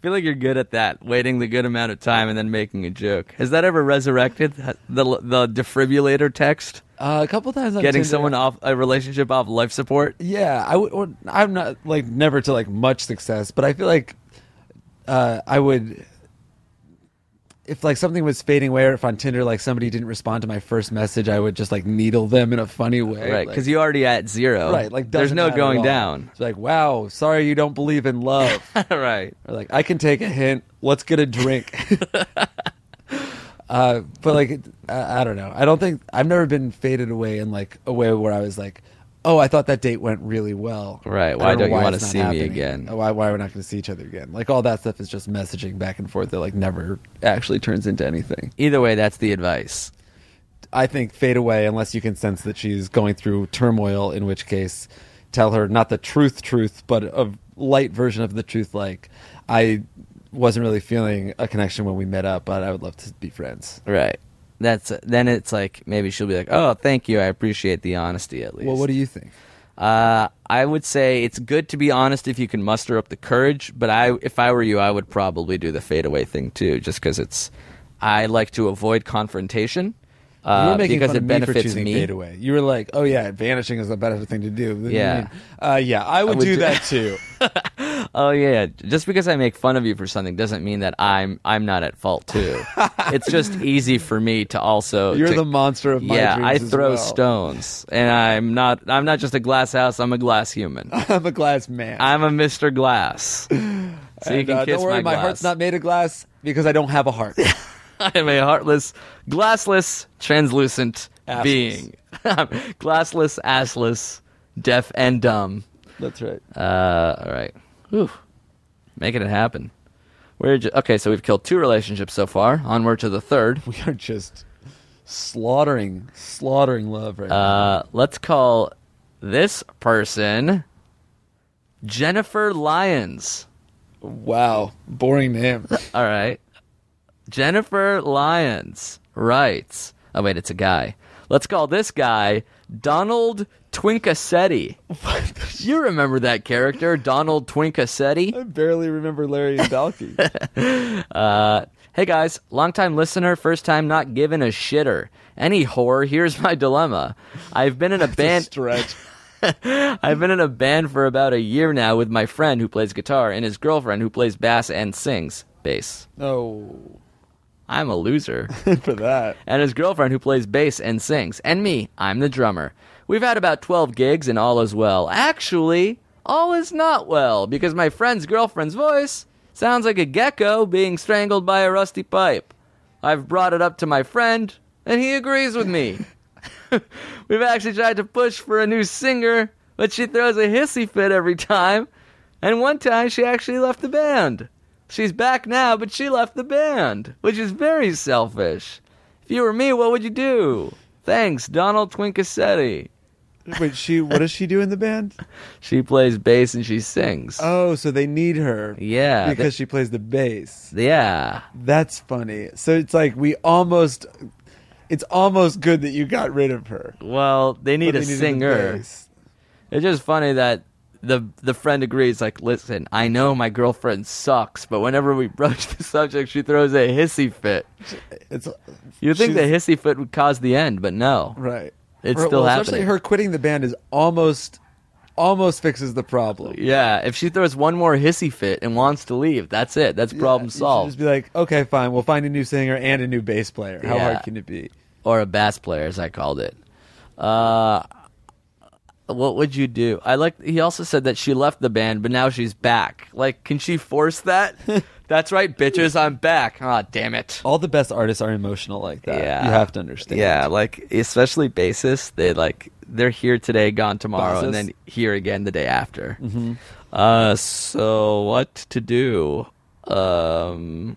Speaker 1: feel like you're good at that, waiting the good amount of time and then making a joke. Has that ever resurrected the the defibrillator text?
Speaker 2: Uh, a couple times on
Speaker 1: Getting
Speaker 2: Tinder-
Speaker 1: someone off a relationship off life support?
Speaker 2: Yeah, I would. Or, I'm not like never to like much success, but I feel like uh, I would. If like something was fading away, or if on Tinder like somebody didn't respond to my first message, I would just like needle them in a funny way,
Speaker 1: Right,
Speaker 2: like-
Speaker 1: because you already at zero.
Speaker 2: right like
Speaker 1: there's
Speaker 2: doesn't
Speaker 1: no
Speaker 2: matter at
Speaker 1: going
Speaker 2: all.
Speaker 1: down.
Speaker 2: It's like wow, sorry you don't believe in love.
Speaker 1: right.
Speaker 2: Or, like I can take a hint. Let's get a drink. uh, but like it- I, I don't know. I don't think I've never been faded away in like a way where I was like, oh, I thought that date went really well.
Speaker 1: Right.
Speaker 2: I
Speaker 1: Why don't
Speaker 2: know
Speaker 1: you wanna
Speaker 2: it's not
Speaker 1: see me
Speaker 2: happening. Oh,
Speaker 1: again?
Speaker 2: Why why we're not going to see each other again? Like all that stuff is just messaging back and forth that like never actually turns into anything.
Speaker 1: Either way, that's the advice.
Speaker 2: I think fade away unless you can sense that she's going through turmoil, in which case tell her not the truth, truth, but a light version of the truth. Like, I wasn't really feeling a connection when we met up, but I would love to be friends.
Speaker 1: Right. That's then it's like maybe she'll be like, "Oh, thank you. I appreciate the honesty at least."
Speaker 2: Well, what do you think?
Speaker 1: Uh, I would say it's good to be honest if you can muster up the courage, but I, if I were you, I would probably do the fadeaway thing too, just because it's. I like to avoid confrontation
Speaker 2: You
Speaker 1: uh,
Speaker 2: were making
Speaker 1: because
Speaker 2: fun
Speaker 1: it
Speaker 2: of me for
Speaker 1: benefits
Speaker 2: choosing
Speaker 1: me.
Speaker 2: fade away. You were like, "Oh yeah, vanishing is the better thing to do." What do you
Speaker 1: Yeah.
Speaker 2: mean? uh, yeah, I would,
Speaker 1: would
Speaker 2: do,
Speaker 1: do-
Speaker 2: that too.
Speaker 1: Oh yeah, just because I make fun of you for something doesn't mean that I'm I'm not at fault too. it's just easy for me to also.
Speaker 2: You're
Speaker 1: to-
Speaker 2: the monster of my
Speaker 1: yeah,
Speaker 2: dreams.
Speaker 1: I
Speaker 2: as
Speaker 1: throw
Speaker 2: well.
Speaker 1: stones, and I'm not I'm not just a glass house. I'm a glass human.
Speaker 2: I'm a glass man.
Speaker 1: I'm a Mr. Glass. So you
Speaker 2: And,
Speaker 1: can
Speaker 2: uh,
Speaker 1: kiss
Speaker 2: don't worry, my
Speaker 1: glass.
Speaker 2: heart's not made of glass because I don't have a heart.
Speaker 1: I am a heartless, glassless, translucent
Speaker 2: Assless.
Speaker 1: being. I'm glassless, assless, deaf, and dumb.
Speaker 2: That's right.
Speaker 1: Uh, all right. Whew. Making it happen. We're ju- okay, so we've killed two relationships so far. Onward to the third.
Speaker 2: we are just slaughtering slaughtering love right now.
Speaker 1: Uh, let's call this person Jennifer Lyons.
Speaker 2: wow boring name
Speaker 1: All right. Jennifer Lyons writes. Oh, wait, it's a guy. Let's call this guy Donald Twinkasetti. You remember that character, Donald Twinkasetti?
Speaker 2: i barely remember larry and balky
Speaker 1: Hey guys, longtime listener, first time not giving a shitter. Any whore, here's my dilemma. I've been in a band.
Speaker 2: stretch
Speaker 1: I've been in a band for about a year now with my friend who plays guitar and his girlfriend who plays bass and sings bass.
Speaker 2: oh
Speaker 1: I'm a loser.
Speaker 2: for that
Speaker 1: and his girlfriend who plays bass and sings, and me, I'm the drummer. We've had about 12 gigs and all is well. Actually, all is not well because my friend's girlfriend's voice sounds like a gecko being strangled by a rusty pipe. I've brought it up to my friend, and he agrees with me. We've actually tried to push for a new singer, but she throws a hissy fit every time. And one time she actually left the band. She's back now, but she left the band, which is very selfish. If you were me, what would you do? Thanks, Donald Twinkasetti.
Speaker 2: wait she what does she do in the band
Speaker 1: She plays bass and she sings.
Speaker 2: oh so they need her
Speaker 1: Yeah, that-
Speaker 2: because she plays the bass
Speaker 1: Yeah.
Speaker 2: that's funny so it's like we almost it's almost good that you got rid of her
Speaker 1: Well, they need
Speaker 2: But
Speaker 1: a
Speaker 2: they needed the
Speaker 1: singer.
Speaker 2: bass.
Speaker 1: It's just funny that the the friend agrees. Like, listen, I know my girlfriend sucks, but whenever we broach the subject, she throws a hissy fit.
Speaker 2: it's
Speaker 1: You would think the
Speaker 2: she's-
Speaker 1: hissy fit would cause the end, but no.
Speaker 2: Right.
Speaker 1: It's
Speaker 2: Her-
Speaker 1: still
Speaker 2: well, Especially
Speaker 1: happening.
Speaker 2: her quitting the band is almost almost fixes the problem.
Speaker 1: Yeah, if she throws one more hissy fit and wants to leave, that's it. That's problem
Speaker 2: You should
Speaker 1: solved.
Speaker 2: Just be like, okay, fine, we'll find a new singer and a new bass player. How
Speaker 1: Yeah.
Speaker 2: hard can it be?
Speaker 1: or a bass player, as I called it. Uh, what would you do? I like. He also said that she left the band, but now she's back. Like, can she force that? that's right, bitches. I'm back. Ah, damn it.
Speaker 2: All the best artists are emotional like that.
Speaker 1: Yeah.
Speaker 2: You have to understand.
Speaker 1: Yeah, like especially bassists, they like they're here today, gone tomorrow, and
Speaker 2: Bassists. Mm-hmm.
Speaker 1: then here again the day after. Uh, so what to do? Um,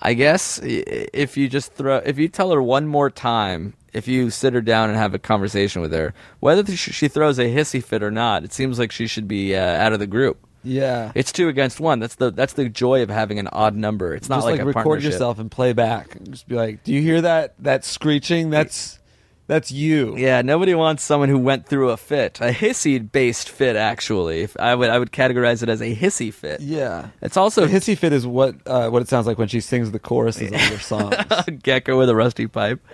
Speaker 1: I guess i- if you just throw, if you tell her one more time, if you sit her down and have a conversation with her, whether th- she throws a hissy fit or not, it seems like she should be uh, out of the group.
Speaker 2: Yeah.
Speaker 1: It's two against one. That's the that's the joy of having an odd number. It's not
Speaker 2: just like,
Speaker 1: a
Speaker 2: record
Speaker 1: partnership.
Speaker 2: yourself and play back. And just be like, do you hear that? That screeching? That's that's you.
Speaker 1: Yeah, nobody wants someone who went through a fit, a hissy-based fit. Actually, If- I would I would categorize it as a hissy fit.
Speaker 2: Yeah.
Speaker 1: It's also
Speaker 2: The hissy fit is what uh, what it sounds like when she sings the choruses of her songs.
Speaker 1: a gecko with a rusty pipe.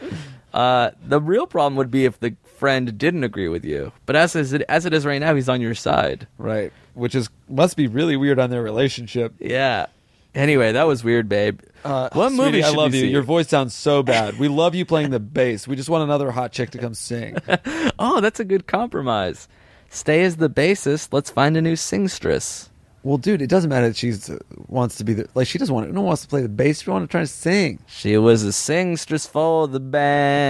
Speaker 1: Uh, the real problem would be if the friend didn't agree with you. But as is it, as it is right now, he's on your side.
Speaker 2: right. Which is must be really weird on their relationship.
Speaker 1: Yeah. Anyway, that was weird, babe.
Speaker 2: Uh,
Speaker 1: what
Speaker 2: sweetie,
Speaker 1: movie
Speaker 2: I
Speaker 1: should
Speaker 2: love
Speaker 1: we
Speaker 2: you.
Speaker 1: see?
Speaker 2: Your voice sounds so bad. We love you playing the bass. We just want another hot chick to come sing.
Speaker 1: oh, that's a good compromise. Stay as the bassist. Let's find a new singstress.
Speaker 2: well, dude, it doesn't matter that she wants to be the like she doesn't want no one wants to play the bass. She wants to try to sing.
Speaker 1: She was a singstress for the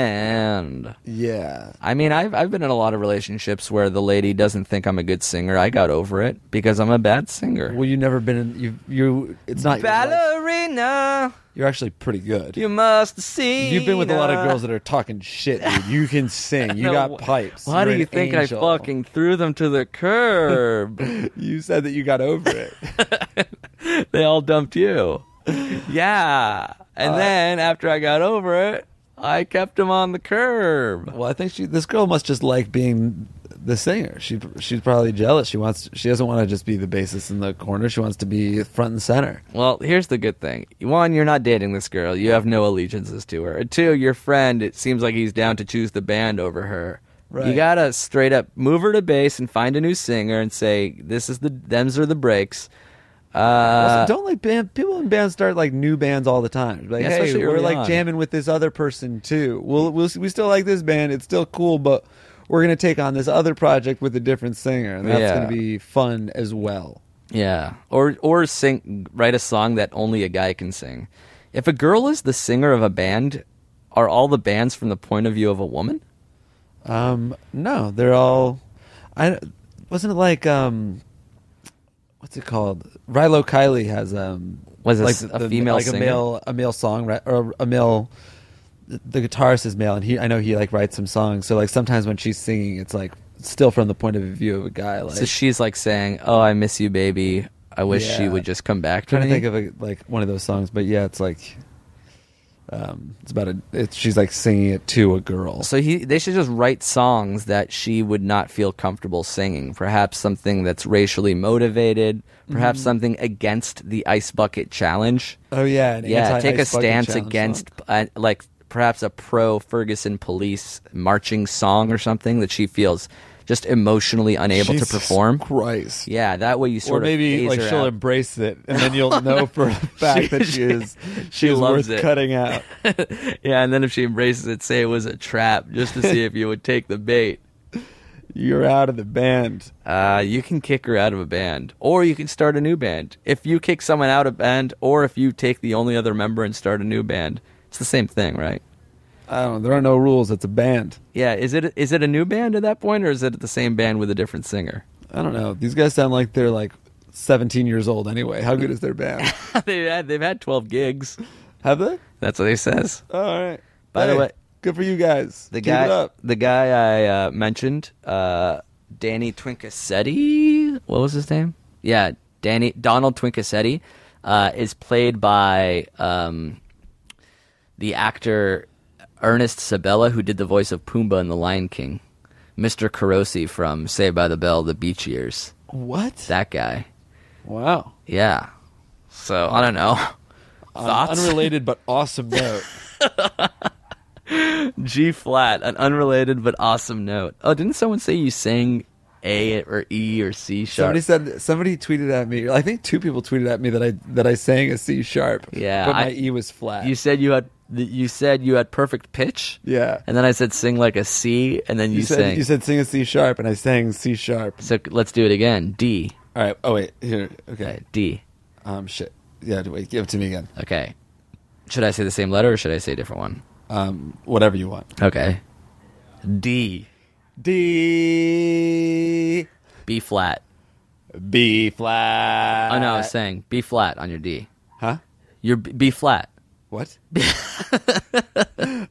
Speaker 1: band.
Speaker 2: Yeah.
Speaker 1: I mean, I've I've been in a lot of relationships where the lady doesn't think I'm a good singer. I got over it because I'm a bad singer.
Speaker 2: Well, you've never been in you. You. It's not. your life.
Speaker 1: Ballerina,
Speaker 2: You're actually pretty good.
Speaker 1: you must see.
Speaker 2: You've been with a lot of girls that are talking shit, dude. You can sing. You
Speaker 1: No,
Speaker 2: got
Speaker 1: wh-
Speaker 2: pipes.
Speaker 1: Why
Speaker 2: You're
Speaker 1: do you
Speaker 2: an
Speaker 1: think
Speaker 2: angel.
Speaker 1: I fucking threw them to the curb?
Speaker 2: You said that you got over it.
Speaker 1: they all dumped you. Yeah.
Speaker 2: Uh,
Speaker 1: And then after I got over it, I kept them on the curb.
Speaker 2: well, I think she. This girl must just like being the singer. She she's probably jealous. She wants. She doesn't want to just be the bassist in the corner. She wants to be front and center.
Speaker 1: Well, here's the good thing. One, you're not dating this girl. You have no allegiances to her. And Two, your friend, it seems like he's down to choose the band over her. You
Speaker 2: Right.
Speaker 1: gotta straight up move her to bass and find a new singer and say, This is the them's are the breaks. Uh,
Speaker 2: also, don't like band people in bands start like new bands all the time. Like,
Speaker 1: Yeah,
Speaker 2: hey,
Speaker 1: especially
Speaker 2: we're
Speaker 1: early
Speaker 2: like
Speaker 1: on.
Speaker 2: jamming with this other person too. We'll, we'll we still like this band. It's still cool, but we're gonna take on this other project with a different singer, and that's
Speaker 1: Yeah.
Speaker 2: gonna be fun as well.
Speaker 1: Yeah, or or sing write a song that only a guy can sing. If a girl is the singer of a band, are all the bands from the point of view of a woman?
Speaker 2: Um, no, they're all. I wasn't it like um, what's it called? Rilo Kiley has um
Speaker 1: Was it
Speaker 2: like
Speaker 1: a female
Speaker 2: like
Speaker 1: singer?
Speaker 2: a male a male song right or a male. The guitarist is male, and he I know he like writes some songs. So like sometimes when she's singing, it's like still from the point of view of a guy. Like
Speaker 1: So she's like saying, "Oh, I miss you, baby. I wish she
Speaker 2: Yeah.
Speaker 1: would just come back to
Speaker 2: trying
Speaker 1: me."
Speaker 2: to think of a, like one of those songs, but yeah, it's like. Um, it's about a. It's, she's like singing it to a girl.
Speaker 1: so he they should just write songs that she would not feel comfortable singing. Perhaps something that's racially motivated. Perhaps
Speaker 2: Mm-hmm.
Speaker 1: something against the ice bucket challenge.
Speaker 2: Oh yeah, an
Speaker 1: yeah,
Speaker 2: anti-Ice
Speaker 1: take a
Speaker 2: Bucket
Speaker 1: stance
Speaker 2: Challenge
Speaker 1: against
Speaker 2: song.
Speaker 1: uh, like perhaps a pro Ferguson police marching song or something that she feels just emotionally unable
Speaker 2: Jesus
Speaker 1: to perform.
Speaker 2: Christ.
Speaker 1: Yeah, that way you
Speaker 2: or
Speaker 1: sort of
Speaker 2: maybe
Speaker 1: phase
Speaker 2: like
Speaker 1: her
Speaker 2: she'll
Speaker 1: out.
Speaker 2: embrace it, and then you'll know for a fact that she is she, is
Speaker 1: loves
Speaker 2: worth
Speaker 1: it.
Speaker 2: cutting out.
Speaker 1: yeah, and then if she embraces it, say it was a trap just to see if you would take the bait.
Speaker 2: You're out of the band.
Speaker 1: Uh, you can kick her out of a band, or you can start a new band. If you kick someone out of a band, or if you take the only other member and start a new band, it's the same thing, right?
Speaker 2: I don't. know. There are no rules. It's a band.
Speaker 1: Yeah, is it is it a new band at that point, or is it the same band with a different singer?
Speaker 2: I don't know. These guys sound like they're like 17 years old anyway. How good is their band?
Speaker 1: they've had they've had twelve gigs.
Speaker 2: Have they?
Speaker 1: That's what he says.
Speaker 2: all right.
Speaker 1: By the way-
Speaker 2: good for you guys.
Speaker 1: The
Speaker 2: Keep
Speaker 1: guy,
Speaker 2: it up.
Speaker 1: the guy I uh, mentioned, uh, Danny Twinkasetti. What was his name? Yeah, Danny Donald Twinkasetti uh, is played by um, the actor Ernest Sabella, who did the voice of Pumbaa in The Lion King, Mr. Carosi from Saved by the Bell, The Beach Years.
Speaker 2: What?
Speaker 1: That guy.
Speaker 2: wow.
Speaker 1: Yeah. So I don't know.
Speaker 2: On
Speaker 1: Thoughts?
Speaker 2: unrelated but awesome note.
Speaker 1: G flat, an unrelated but awesome note. Oh, didn't someone say you sang A or E or C sharp?
Speaker 2: Somebody said somebody tweeted at me. I think two people tweeted at me that I that I sang a C sharp.
Speaker 1: Yeah,
Speaker 2: but my
Speaker 1: I-
Speaker 2: E was flat.
Speaker 1: you said you had th- you said you had perfect pitch.
Speaker 2: yeah,
Speaker 1: And then I said sing like a C, and then you,
Speaker 2: you said
Speaker 1: sang.
Speaker 2: you said sing a C sharp, and I sang C sharp.
Speaker 1: so c- let's do it again. D,
Speaker 2: All right. Oh wait, here. Okay.
Speaker 1: Okay, D.
Speaker 2: Um, shit. Yeah. Wait. Give it to me again.
Speaker 1: Okay. Should I say the same letter or should I say a different one?
Speaker 2: Um, whatever you want.
Speaker 1: Okay. D,
Speaker 2: D.
Speaker 1: B flat.
Speaker 2: B flat.
Speaker 5: Oh no, I was saying B flat on your D.
Speaker 2: Huh?
Speaker 5: Your B B flat.
Speaker 2: What?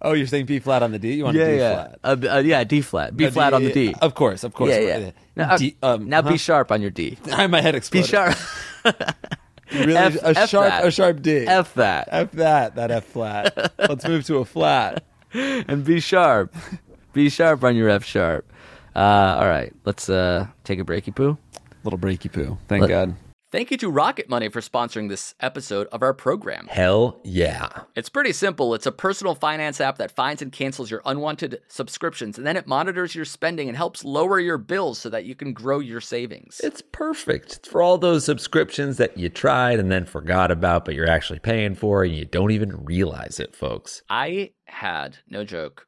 Speaker 2: oh, you're saying B flat on the D? You want a D flat?
Speaker 5: Uh, b- uh, yeah, D flat. B
Speaker 2: A
Speaker 5: flat on the D.
Speaker 2: Of course, of course.
Speaker 5: yeah, yeah. Now, uh,
Speaker 2: D, um,
Speaker 5: now
Speaker 2: huh?
Speaker 5: B sharp on your D.
Speaker 2: My head
Speaker 5: B
Speaker 2: exploded.
Speaker 5: sharp.
Speaker 2: Really,
Speaker 5: F-
Speaker 2: a
Speaker 5: F
Speaker 2: sharp,
Speaker 5: that.
Speaker 2: a sharp D.
Speaker 5: F that.
Speaker 2: F that, that F flat. Let's move to a flat.
Speaker 5: and B sharp. B sharp on your F sharp. Uh, all right, let's uh, take a breaky poo.
Speaker 2: Little breaky poo. Thank
Speaker 5: Let-
Speaker 2: God.
Speaker 1: Thank you to Rocket Money for sponsoring this episode of our program.
Speaker 6: Hell yeah.
Speaker 1: It's pretty simple. It's a personal finance app that finds and cancels your unwanted subscriptions, and then it monitors your spending and helps lower your bills so that you can grow your savings.
Speaker 6: It's perfect. It's for all those subscriptions that you tried and then forgot about, but you're actually paying for and you don't even realize it, folks.
Speaker 1: I had, no joke,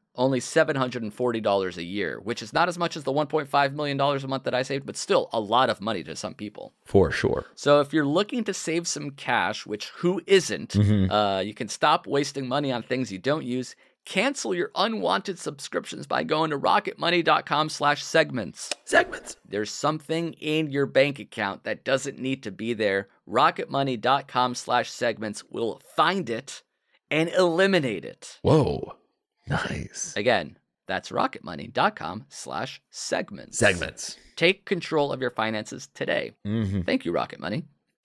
Speaker 1: only $740 a year, which is not as much as the $1.5 million a month that I saved, but still a lot of money to some people.
Speaker 6: for sure.
Speaker 1: So if you're looking to save some cash, which who isn't, uh, you can stop wasting money on things you don't use. Cancel your unwanted subscriptions by going to rocketmoney.com/segments.
Speaker 6: Segments.
Speaker 1: There's something in your bank account that doesn't need to be there. rocketmoney.com/segments will find it and eliminate it.
Speaker 6: Whoa, nice
Speaker 1: Again, that's rocketmoney.com/segments.
Speaker 6: segments.
Speaker 1: Take control of your finances today. Thank you, Rocket Money.
Speaker 7: Mm-hmm.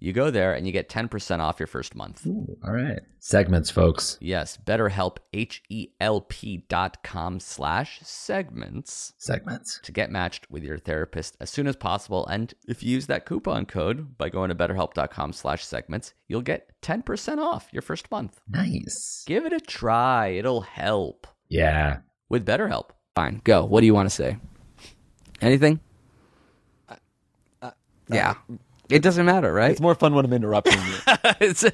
Speaker 7: You go there and you get 10% off your first month.
Speaker 6: Ooh, all right. Segments, folks.
Speaker 7: Yes, betterhelp, H-E-L-P dot com slash segments
Speaker 6: Segments.
Speaker 7: to get matched with your therapist as soon as possible. And if you use that coupon code by going to betterhelp.com slash segments, you'll get 10% off your first month.
Speaker 6: Nice.
Speaker 7: Give it a try. It'll help
Speaker 6: Yeah.
Speaker 7: with BetterHelp.
Speaker 5: Fine, go. What do you want to say? Anything? yeah, it doesn't matter, right?
Speaker 2: It's more fun when I'm interrupting you.
Speaker 5: It's-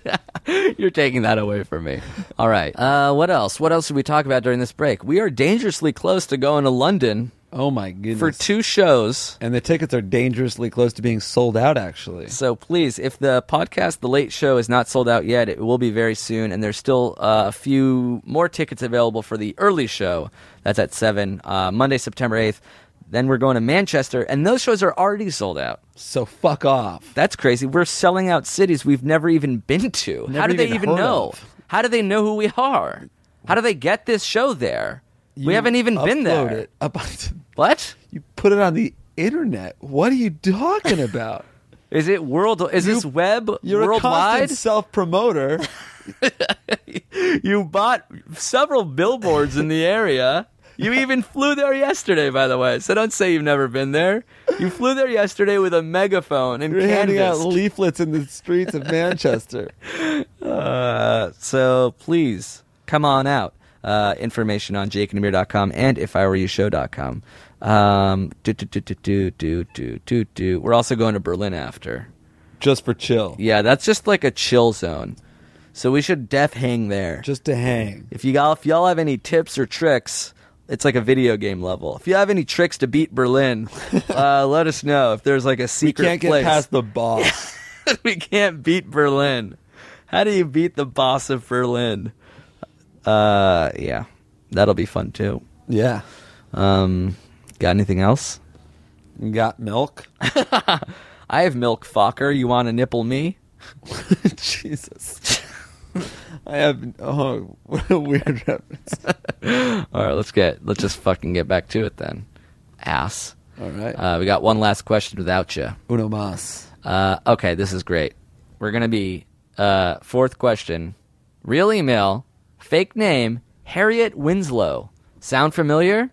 Speaker 5: you're taking that away from me. All right. Uh, what else? What else did we talk about during this break? We are dangerously close to going to London
Speaker 2: Oh my goodness.
Speaker 5: for two shows.
Speaker 2: and the tickets are dangerously close to being sold out actually.
Speaker 5: So please, if the podcast, The Late Show, is not sold out yet, it will be very soon. And there's still uh, a few more tickets available for the early show. That's at 7, uh, Monday, September 8th. Then we're going to Manchester, and those shows are already sold out.
Speaker 2: So fuck off.
Speaker 5: That's crazy. We're selling out cities we've never even been to. How
Speaker 2: Never
Speaker 5: do they
Speaker 2: even
Speaker 5: even
Speaker 2: heard
Speaker 5: know?
Speaker 2: of.
Speaker 5: How do they know who we are? How do they get this show there? we haven't even been
Speaker 2: Upload
Speaker 5: there.
Speaker 2: It up
Speaker 5: What?
Speaker 2: you put it on the internet. What are you talking about?
Speaker 5: Is it world? Is this web
Speaker 2: You're a
Speaker 5: worldwide?
Speaker 2: constant self-promoter.
Speaker 5: you bought several billboards in the area. You even flew there yesterday, by the way. So don't say you've never been there.
Speaker 1: You flew there yesterday with a megaphone and
Speaker 2: You're handing out
Speaker 1: canvas.
Speaker 2: leaflets in the streets of Manchester.
Speaker 1: Uh, so please come on out. Uh, information on jakeandamir.com and if I were you show.com. Um, do, do, do, do, do, do, do, do, do. We're also going to Berlin after.
Speaker 2: Just for chill.
Speaker 1: Yeah, that's just like a chill zone. So we should def hang there.
Speaker 2: Just to hang.
Speaker 1: If you all if y'all have any tips or tricks, it's like a video game level. If you have any tricks to beat Berlin, uh, let us know. If there's like a
Speaker 2: We
Speaker 1: secret
Speaker 2: can't get
Speaker 1: place,
Speaker 2: past the boss.
Speaker 1: we can't beat Berlin. How do you beat the boss of Berlin? Uh, yeah, that'll be fun too.
Speaker 2: yeah.
Speaker 1: Um, got anything else?
Speaker 2: Got milk.
Speaker 1: I have milk, Fokker. You want to nipple me?
Speaker 2: Jesus. I have oh what a weird reference.
Speaker 1: All right, let's get let's just fucking get back to it then. Ass.
Speaker 2: All right.
Speaker 1: Uh, we got one last question without you.
Speaker 2: Uno mas.
Speaker 1: Uh, okay, this is great. We're gonna be uh, fourth question. Real email, fake name, Harriet Winslow. Sound familiar?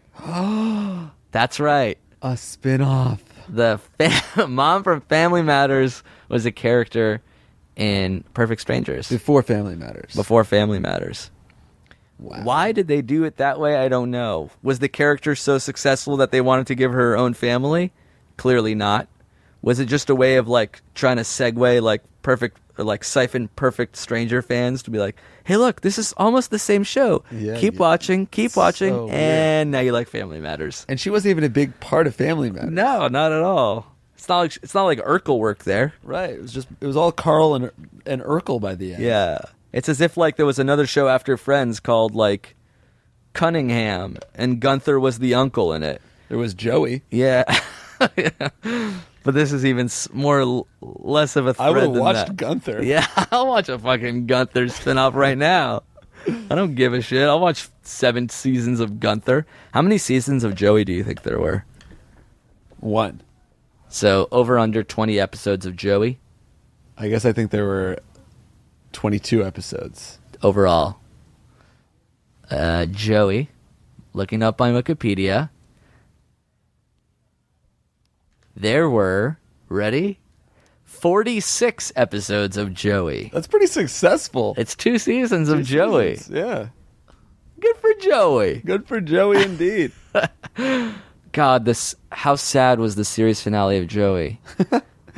Speaker 1: That's right.
Speaker 2: A spin off.
Speaker 1: The fa- mom from Family Matters was a character in Perfect Strangers
Speaker 2: Before Family Matters.
Speaker 1: before Family Matters.
Speaker 2: Wow.
Speaker 1: Why did they do it that way? I don't know. Was the character so successful that they wanted to give her her own family? Clearly not. Was it just a way of like trying to segue like perfect or like siphon perfect stranger fans to be like, "Hey, look, this is almost the same show.
Speaker 2: Yeah,
Speaker 1: keep
Speaker 2: yeah.
Speaker 1: watching, keep watching."
Speaker 2: so weird.
Speaker 1: and now you like Family Matters.
Speaker 2: And she wasn't even a big part of Family Matters.
Speaker 1: No, not at all. It's not like it's not like Urkel worked there.
Speaker 2: Right. It was just it was all Carl and and Urkel by the end.
Speaker 1: Yeah. It's as if like there was another show after Friends called like Cunningham and Gunther was the uncle in it.
Speaker 2: There was Joey.
Speaker 1: Yeah. But this is even s- more l- less of a thread
Speaker 2: I would have
Speaker 1: than
Speaker 2: watched
Speaker 1: that.
Speaker 2: Gunther.
Speaker 1: Yeah, I'll watch a fucking Gunther spinoff right now. I don't give a shit. I'll watch seven seasons of Gunther. How many seasons of Joey do you think there were?
Speaker 2: One.
Speaker 1: So over under twenty episodes of Joey
Speaker 2: I guess I think there were twenty two episodes.
Speaker 1: overall. Uh, Joey, looking up on Wikipedia, there were ready forty six episodes of Joey.
Speaker 2: That's pretty successful.
Speaker 1: It's two seasons of Joey.
Speaker 2: Yeah.
Speaker 1: Good for Joey.
Speaker 2: Good for Joey indeed.
Speaker 1: God, this how sad was the series finale of Joey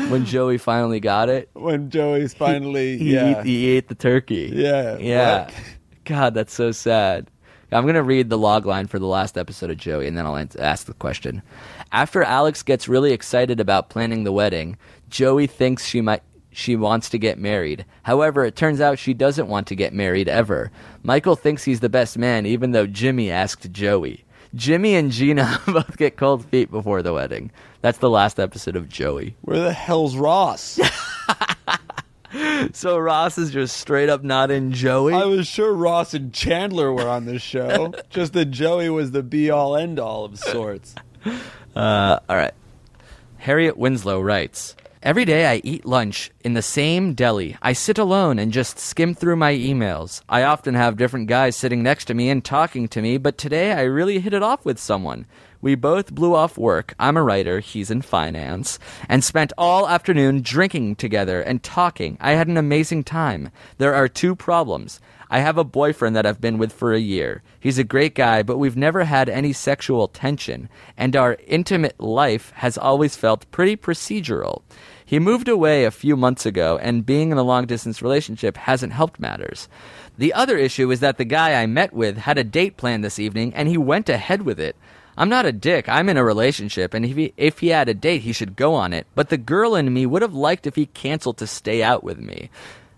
Speaker 1: when Joey finally got it.
Speaker 2: when Joey's finally
Speaker 1: He,
Speaker 2: yeah.
Speaker 1: eat, he ate the turkey.
Speaker 2: Yeah,
Speaker 1: Yeah.
Speaker 2: what?
Speaker 1: God, that's so sad. I'm going to read the log line for the last episode of Joey and then I'll ans- ask the question. After Alex gets really excited about planning the wedding, Joey thinks she might she wants to get married. However, it turns out she doesn't want to get married ever. Michael thinks he's the best man even though Jimmy asked Joey. Jimmy and Gina both get cold feet before the wedding. That's the last episode of Joey.
Speaker 2: Where the hell's Ross?
Speaker 1: So Ross is just straight up not in Joey.
Speaker 2: I was sure Ross and Chandler were on this show. Just that Joey was the be all end all of sorts.
Speaker 1: All right. Harriet Winslow writes Every day I eat lunch in the same deli. I sit alone and just skim through my emails. I often have different guys sitting next to me and talking to me, but today I really hit it off with someone. We both blew off work. I'm a writer, he's in finance, and spent all afternoon drinking together and talking. I had an amazing time. There are two problems. I have a boyfriend that I've been with for a year. He's a great guy, but we've never had any sexual tension, and our intimate life has always felt pretty procedural. He moved away a few months ago, and being in a long distance relationship hasn't helped matters. The other issue is that the guy I met with had a date planned this evening, and he went ahead with it. I'm not a dick. I'm in a relationship, and if he, if he had a date, he should go on it. But the girl in me would have liked if he canceled to stay out with me.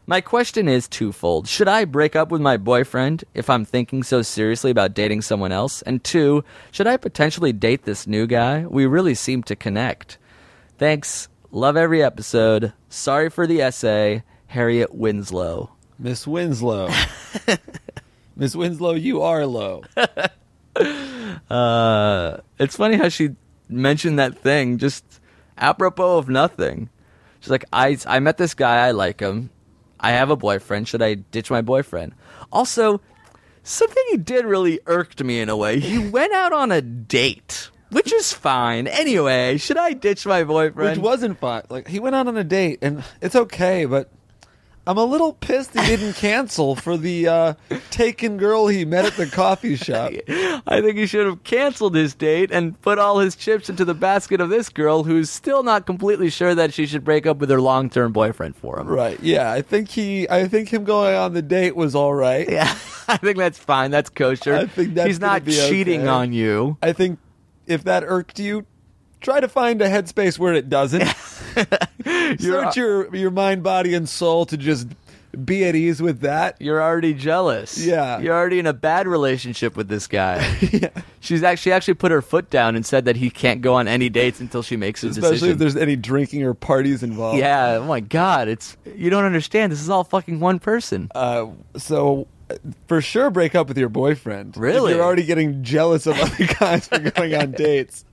Speaker 1: My question is twofold. Should I break up with my boyfriend if I'm thinking so seriously about dating someone else? And two, should I potentially date this new guy? We really seem to connect. Thanks. Love every episode. Sorry for the essay. Harriet Winslow.
Speaker 2: Miss Winslow. Miss Winslow, you are low.
Speaker 1: It's funny how she mentioned that thing just apropos of nothing. She's like, I, I met this guy, I like him. I have a boyfriend. Should I ditch my boyfriend? Also, something he did really irked me in a way. He went out on a date. which is fine. Anyway, should I ditch my boyfriend?
Speaker 2: Which wasn't fun. Like he went out on a date, and it's okay, but I'm a little pissed he didn't cancel for the uh, taken girl he met at the coffee shop.
Speaker 1: I think he should have canceled his date and put all his chips into the basket of this girl who's still not completely sure that she should break up with her long term boyfriend for him.
Speaker 2: Right? Yeah, I think he. I think him going on the date was all right.
Speaker 1: Yeah, I think that's fine. That's kosher.
Speaker 2: I think that's
Speaker 1: He's
Speaker 2: gonna
Speaker 1: not
Speaker 2: be
Speaker 1: cheating
Speaker 2: okay.
Speaker 1: on you.
Speaker 2: I think if that irked you, try to find a headspace where it doesn't. Search your your mind, body, and soul to just be at ease with that.
Speaker 1: You're already jealous.
Speaker 2: Yeah.
Speaker 1: You're already in a bad relationship with this guy. She's actually actually put her foot down and said that he can't go on any dates until she makes a
Speaker 2: Especially
Speaker 1: decision.
Speaker 2: if there's any drinking or parties involved.
Speaker 1: yeah, oh my god, it's you don't understand. This is all fucking one person.
Speaker 2: Uh, so uh, for sure, break up with your boyfriend. If
Speaker 1: Really?
Speaker 2: you're already getting jealous of other guys for going on dates.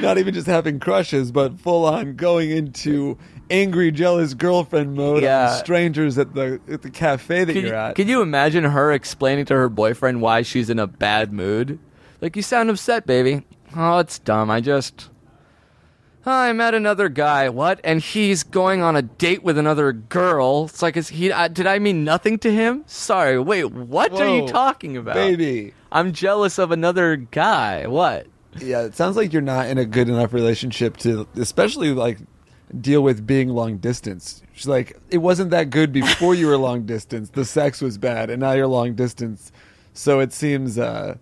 Speaker 2: Not even just having crushes, but full on going into angry, jealous girlfriend mode
Speaker 1: Yeah.
Speaker 2: on strangers at the at the cafe that
Speaker 1: Can
Speaker 2: you're
Speaker 1: you,
Speaker 2: at.
Speaker 1: can you imagine her explaining to her boyfriend why she's in a bad mood? Like, you sound upset, baby. Oh, it's dumb. I just. I met another guy. What? And he's going on a date with another girl. It's like, is he? I, did I mean nothing to him? Sorry. Wait, what are you uh,
Speaker 2: Whoa,
Speaker 1: talking about?
Speaker 2: Baby,
Speaker 1: I'm jealous of another guy. What?
Speaker 2: yeah, it sounds like you're not in a good enough relationship to, especially like, deal with being long distance. She's like, it wasn't that good before you were long distance. The sex was bad, and now you're long distance. So it seems uh,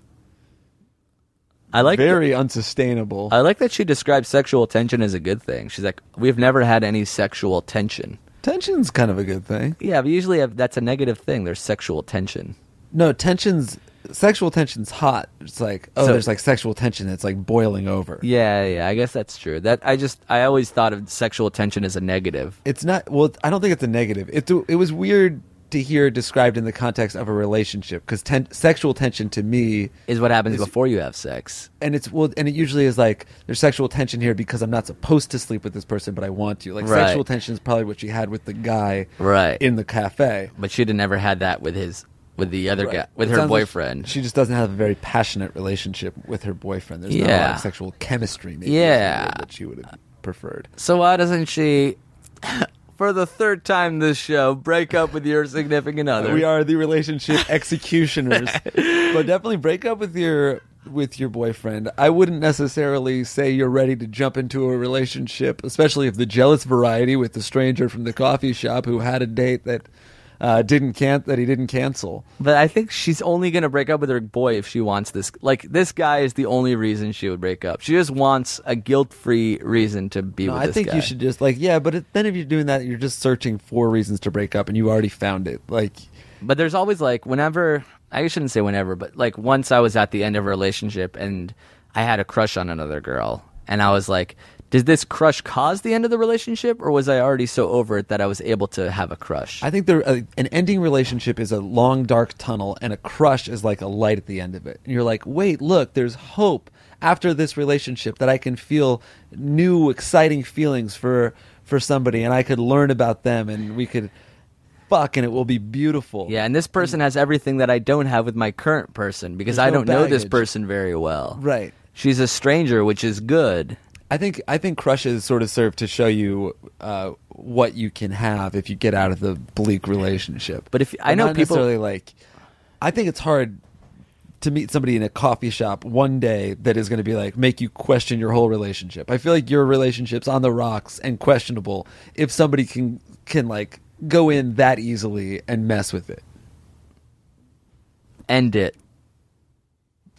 Speaker 1: I like
Speaker 2: very unsustainable.
Speaker 1: I like that she describes sexual tension as a good thing. She's like, we've never had any sexual tension.
Speaker 2: tension's kind of a good thing.
Speaker 1: Yeah, but usually uh, that's a negative thing. There's sexual tension.
Speaker 2: No, tension's sexual tension's hot. It's like oh,
Speaker 1: So-
Speaker 2: there's like sexual tension that's like boiling over.
Speaker 1: Yeah, yeah, I guess that's true. That I just I always thought of sexual tension as a negative.
Speaker 2: It's not well. I don't think it's a negative. It it was weird to hear described in the context of a relationship because ten, sexual tension to me
Speaker 1: Is what happens before you have sex.
Speaker 2: and it's well and it usually is like there's sexual tension here because I'm not supposed to sleep with this person but I want to like
Speaker 1: Right.
Speaker 2: sexual tension is probably what she had with the guy
Speaker 1: Right.
Speaker 2: in the cafe
Speaker 1: But she'd have never had that with his with the other guy with
Speaker 2: It
Speaker 1: her
Speaker 2: sounds like
Speaker 1: boyfriend.
Speaker 2: she just doesn't have a very passionate relationship with her boyfriend. There's not a lot
Speaker 1: Yeah.
Speaker 2: of sexual chemistry. Maybe is the
Speaker 1: Yeah.
Speaker 2: word that she would have preferred.
Speaker 1: so why doesn't she for the third time this show break up with your significant other?
Speaker 2: We are the relationship executioners, but definitely break up with your with your boyfriend. I wouldn't necessarily say you're ready to jump into a relationship, especially if the jealous variety with the stranger from the coffee shop who had a date that uh, didn't can that he didn't cancel.
Speaker 1: But I think she's only going to break up with her boy if she wants this. Like this guy is the only reason she would break up. She just wants a guilt-free reason to be
Speaker 2: No,
Speaker 1: with
Speaker 2: I
Speaker 1: this
Speaker 2: think you
Speaker 1: guy.
Speaker 2: should just like yeah, but it, then if you're doing that, you're just searching for reasons to break up, and you already found it. Like
Speaker 1: But there's always like whenever I shouldn't say whenever, but like once I was at the end of a relationship and I had a crush on another girl, and I was like, did this crush cause the end of the relationship, or was I already so over it that I was able to have a crush?
Speaker 2: I think there uh, an ending relationship is a long dark tunnel, and a crush is like a light at the end of it. And you're like, wait, look, there's hope after this relationship that I can feel new, exciting feelings for for somebody, and I could learn about them, and we could fuck, and it will be beautiful.
Speaker 1: yeah, and this person has everything that I don't have with my current person because
Speaker 2: There's
Speaker 1: I
Speaker 2: no
Speaker 1: don't know this
Speaker 2: baggage.
Speaker 1: person very well.
Speaker 2: right.
Speaker 1: She's a stranger, which is good.
Speaker 2: I think I think crushes sort of serve to show you uh, what you can have if you get out of the bleak relationship.
Speaker 1: But if- I know
Speaker 2: not
Speaker 1: people-
Speaker 2: necessarily like, I think it's hard to meet somebody in a coffee shop one day that is going to be like make you question your whole relationship. I feel like your relationship's on the rocks and questionable if somebody can can like go in that easily and mess with it.
Speaker 1: End it.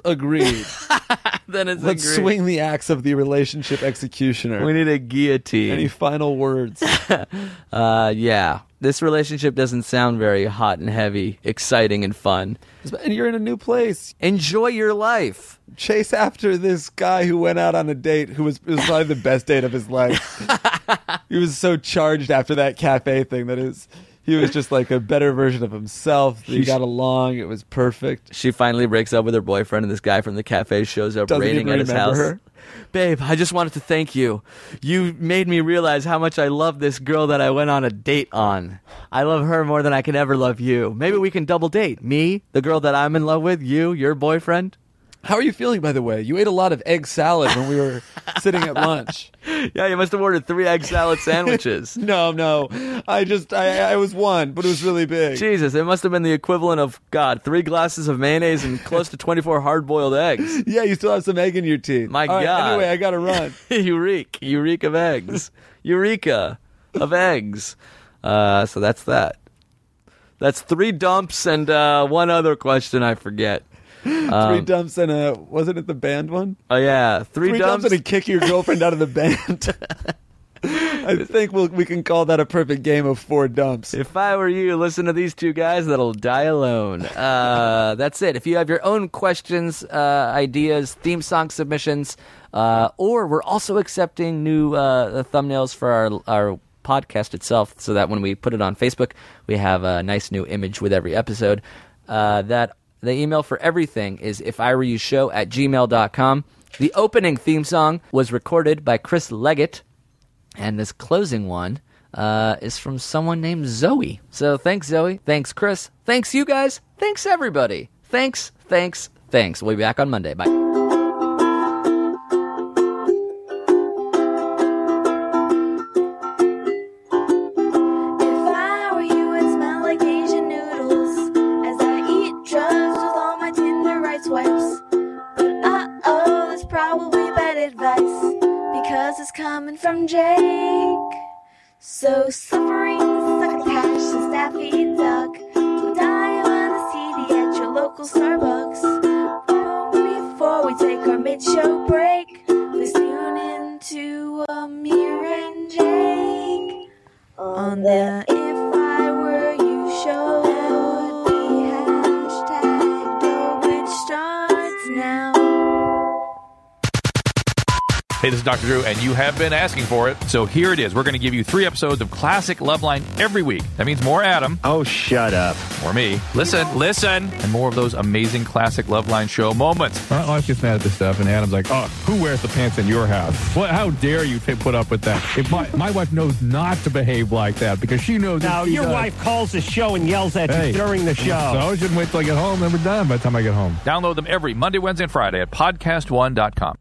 Speaker 2: Agreed.
Speaker 1: Then it's
Speaker 2: Let's swing the axe of the relationship executioner.
Speaker 1: We need a guillotine.
Speaker 2: Any final words?
Speaker 1: Uh, yeah. This relationship doesn't sound very hot and heavy, exciting and fun.
Speaker 2: and you're in a new place.
Speaker 1: Enjoy your life.
Speaker 2: chase after this guy who went out on a date who was, it was probably the best date of his life. he was so charged after that cafe thing that is he was just like a better version of himself. He got along. It was perfect.
Speaker 1: She finally breaks up with her boyfriend, and this guy from the cafe shows up
Speaker 2: Doesn't
Speaker 1: raiding
Speaker 2: even
Speaker 1: at his
Speaker 2: remember
Speaker 1: house.
Speaker 2: her.
Speaker 1: Babe, I just wanted to thank you. You made me realize how much I love this girl that I went on a date on. I love her more than I can ever love you. Maybe we can double date. Me, the girl that I'm in love with, you, your boyfriend.
Speaker 2: How are you feeling, by the way? You ate a lot of egg salad when we were sitting at lunch.
Speaker 1: Yeah, you must have ordered three egg salad sandwiches.
Speaker 2: No, no. I just, I, I was one, but it was really big.
Speaker 1: Jesus, it must have been the equivalent of God, three glasses of mayonnaise and close to twenty-four hard-boiled eggs.
Speaker 2: Yeah, you still have some egg in your teeth.
Speaker 1: My
Speaker 2: All right,
Speaker 1: God.
Speaker 2: anyway, I got to run.
Speaker 1: you reek, you reek of eggs, eureka of eggs. Uh, so that's that. That's three dumps and uh, one other question I forget. Um,
Speaker 2: Three dumps and a, wasn't it the band one?
Speaker 1: Oh yeah, three,
Speaker 2: Three dumps, and a kick your girlfriend out of the band. I think we'll, we can call that a perfect game of four dumps.
Speaker 1: If I were you, listen to these two guys that'll die alone. Uh, that's it. If you have your own questions, uh, ideas, theme song submissions, uh, or we're also accepting new uh, thumbnails for our, our podcast itself so that when we put it on Facebook, we have a nice new image with every episode. Uh, that the email for everything is if I were you show at gmail.com. The opening theme song was recorded by Chris Leggett. And this closing one uh, is from someone named Zoe. So thanks, Zoe. Thanks, Chris. Thanks, you guys. Thanks, everybody. Thanks, thanks, thanks. We'll be back on Monday. Bye.
Speaker 8: If I were you, I'd smell like Asian noodles as I eat drugs with all my Tinder right swipes. But uh oh, that's probably bad advice because it's coming from Jake. So suffering sucker cash and staffy duck will die on a CD at your local Starbucks. But before we take our mid-show break, please tune in to Amir and Jake on the If I Were You show. That would be hashtag dope. It starts now.
Speaker 9: Hey, this is Dr. Drew, and you have been asking for it. So here it is. We're going to give you three episodes of classic Loveline every week. That means more Adam.
Speaker 10: Oh, shut up.
Speaker 9: Or me. Listen, listen. And more of those amazing classic Loveline show moments.
Speaker 11: My wife gets mad at this stuff, and Adam's like, "Oh, who wears the pants in your house? What? How dare you t- put up with that? If my my wife knows not to behave like that because she knows.
Speaker 10: Now,
Speaker 11: if she
Speaker 10: your
Speaker 11: does-
Speaker 10: wife calls the show and yells at
Speaker 11: Hey.
Speaker 10: you during the
Speaker 11: So
Speaker 10: show.
Speaker 11: I shouldn't wait till I get home. Then we're done by the time I get home.
Speaker 9: Download them every Monday, Wednesday, and Friday at podcast1.com.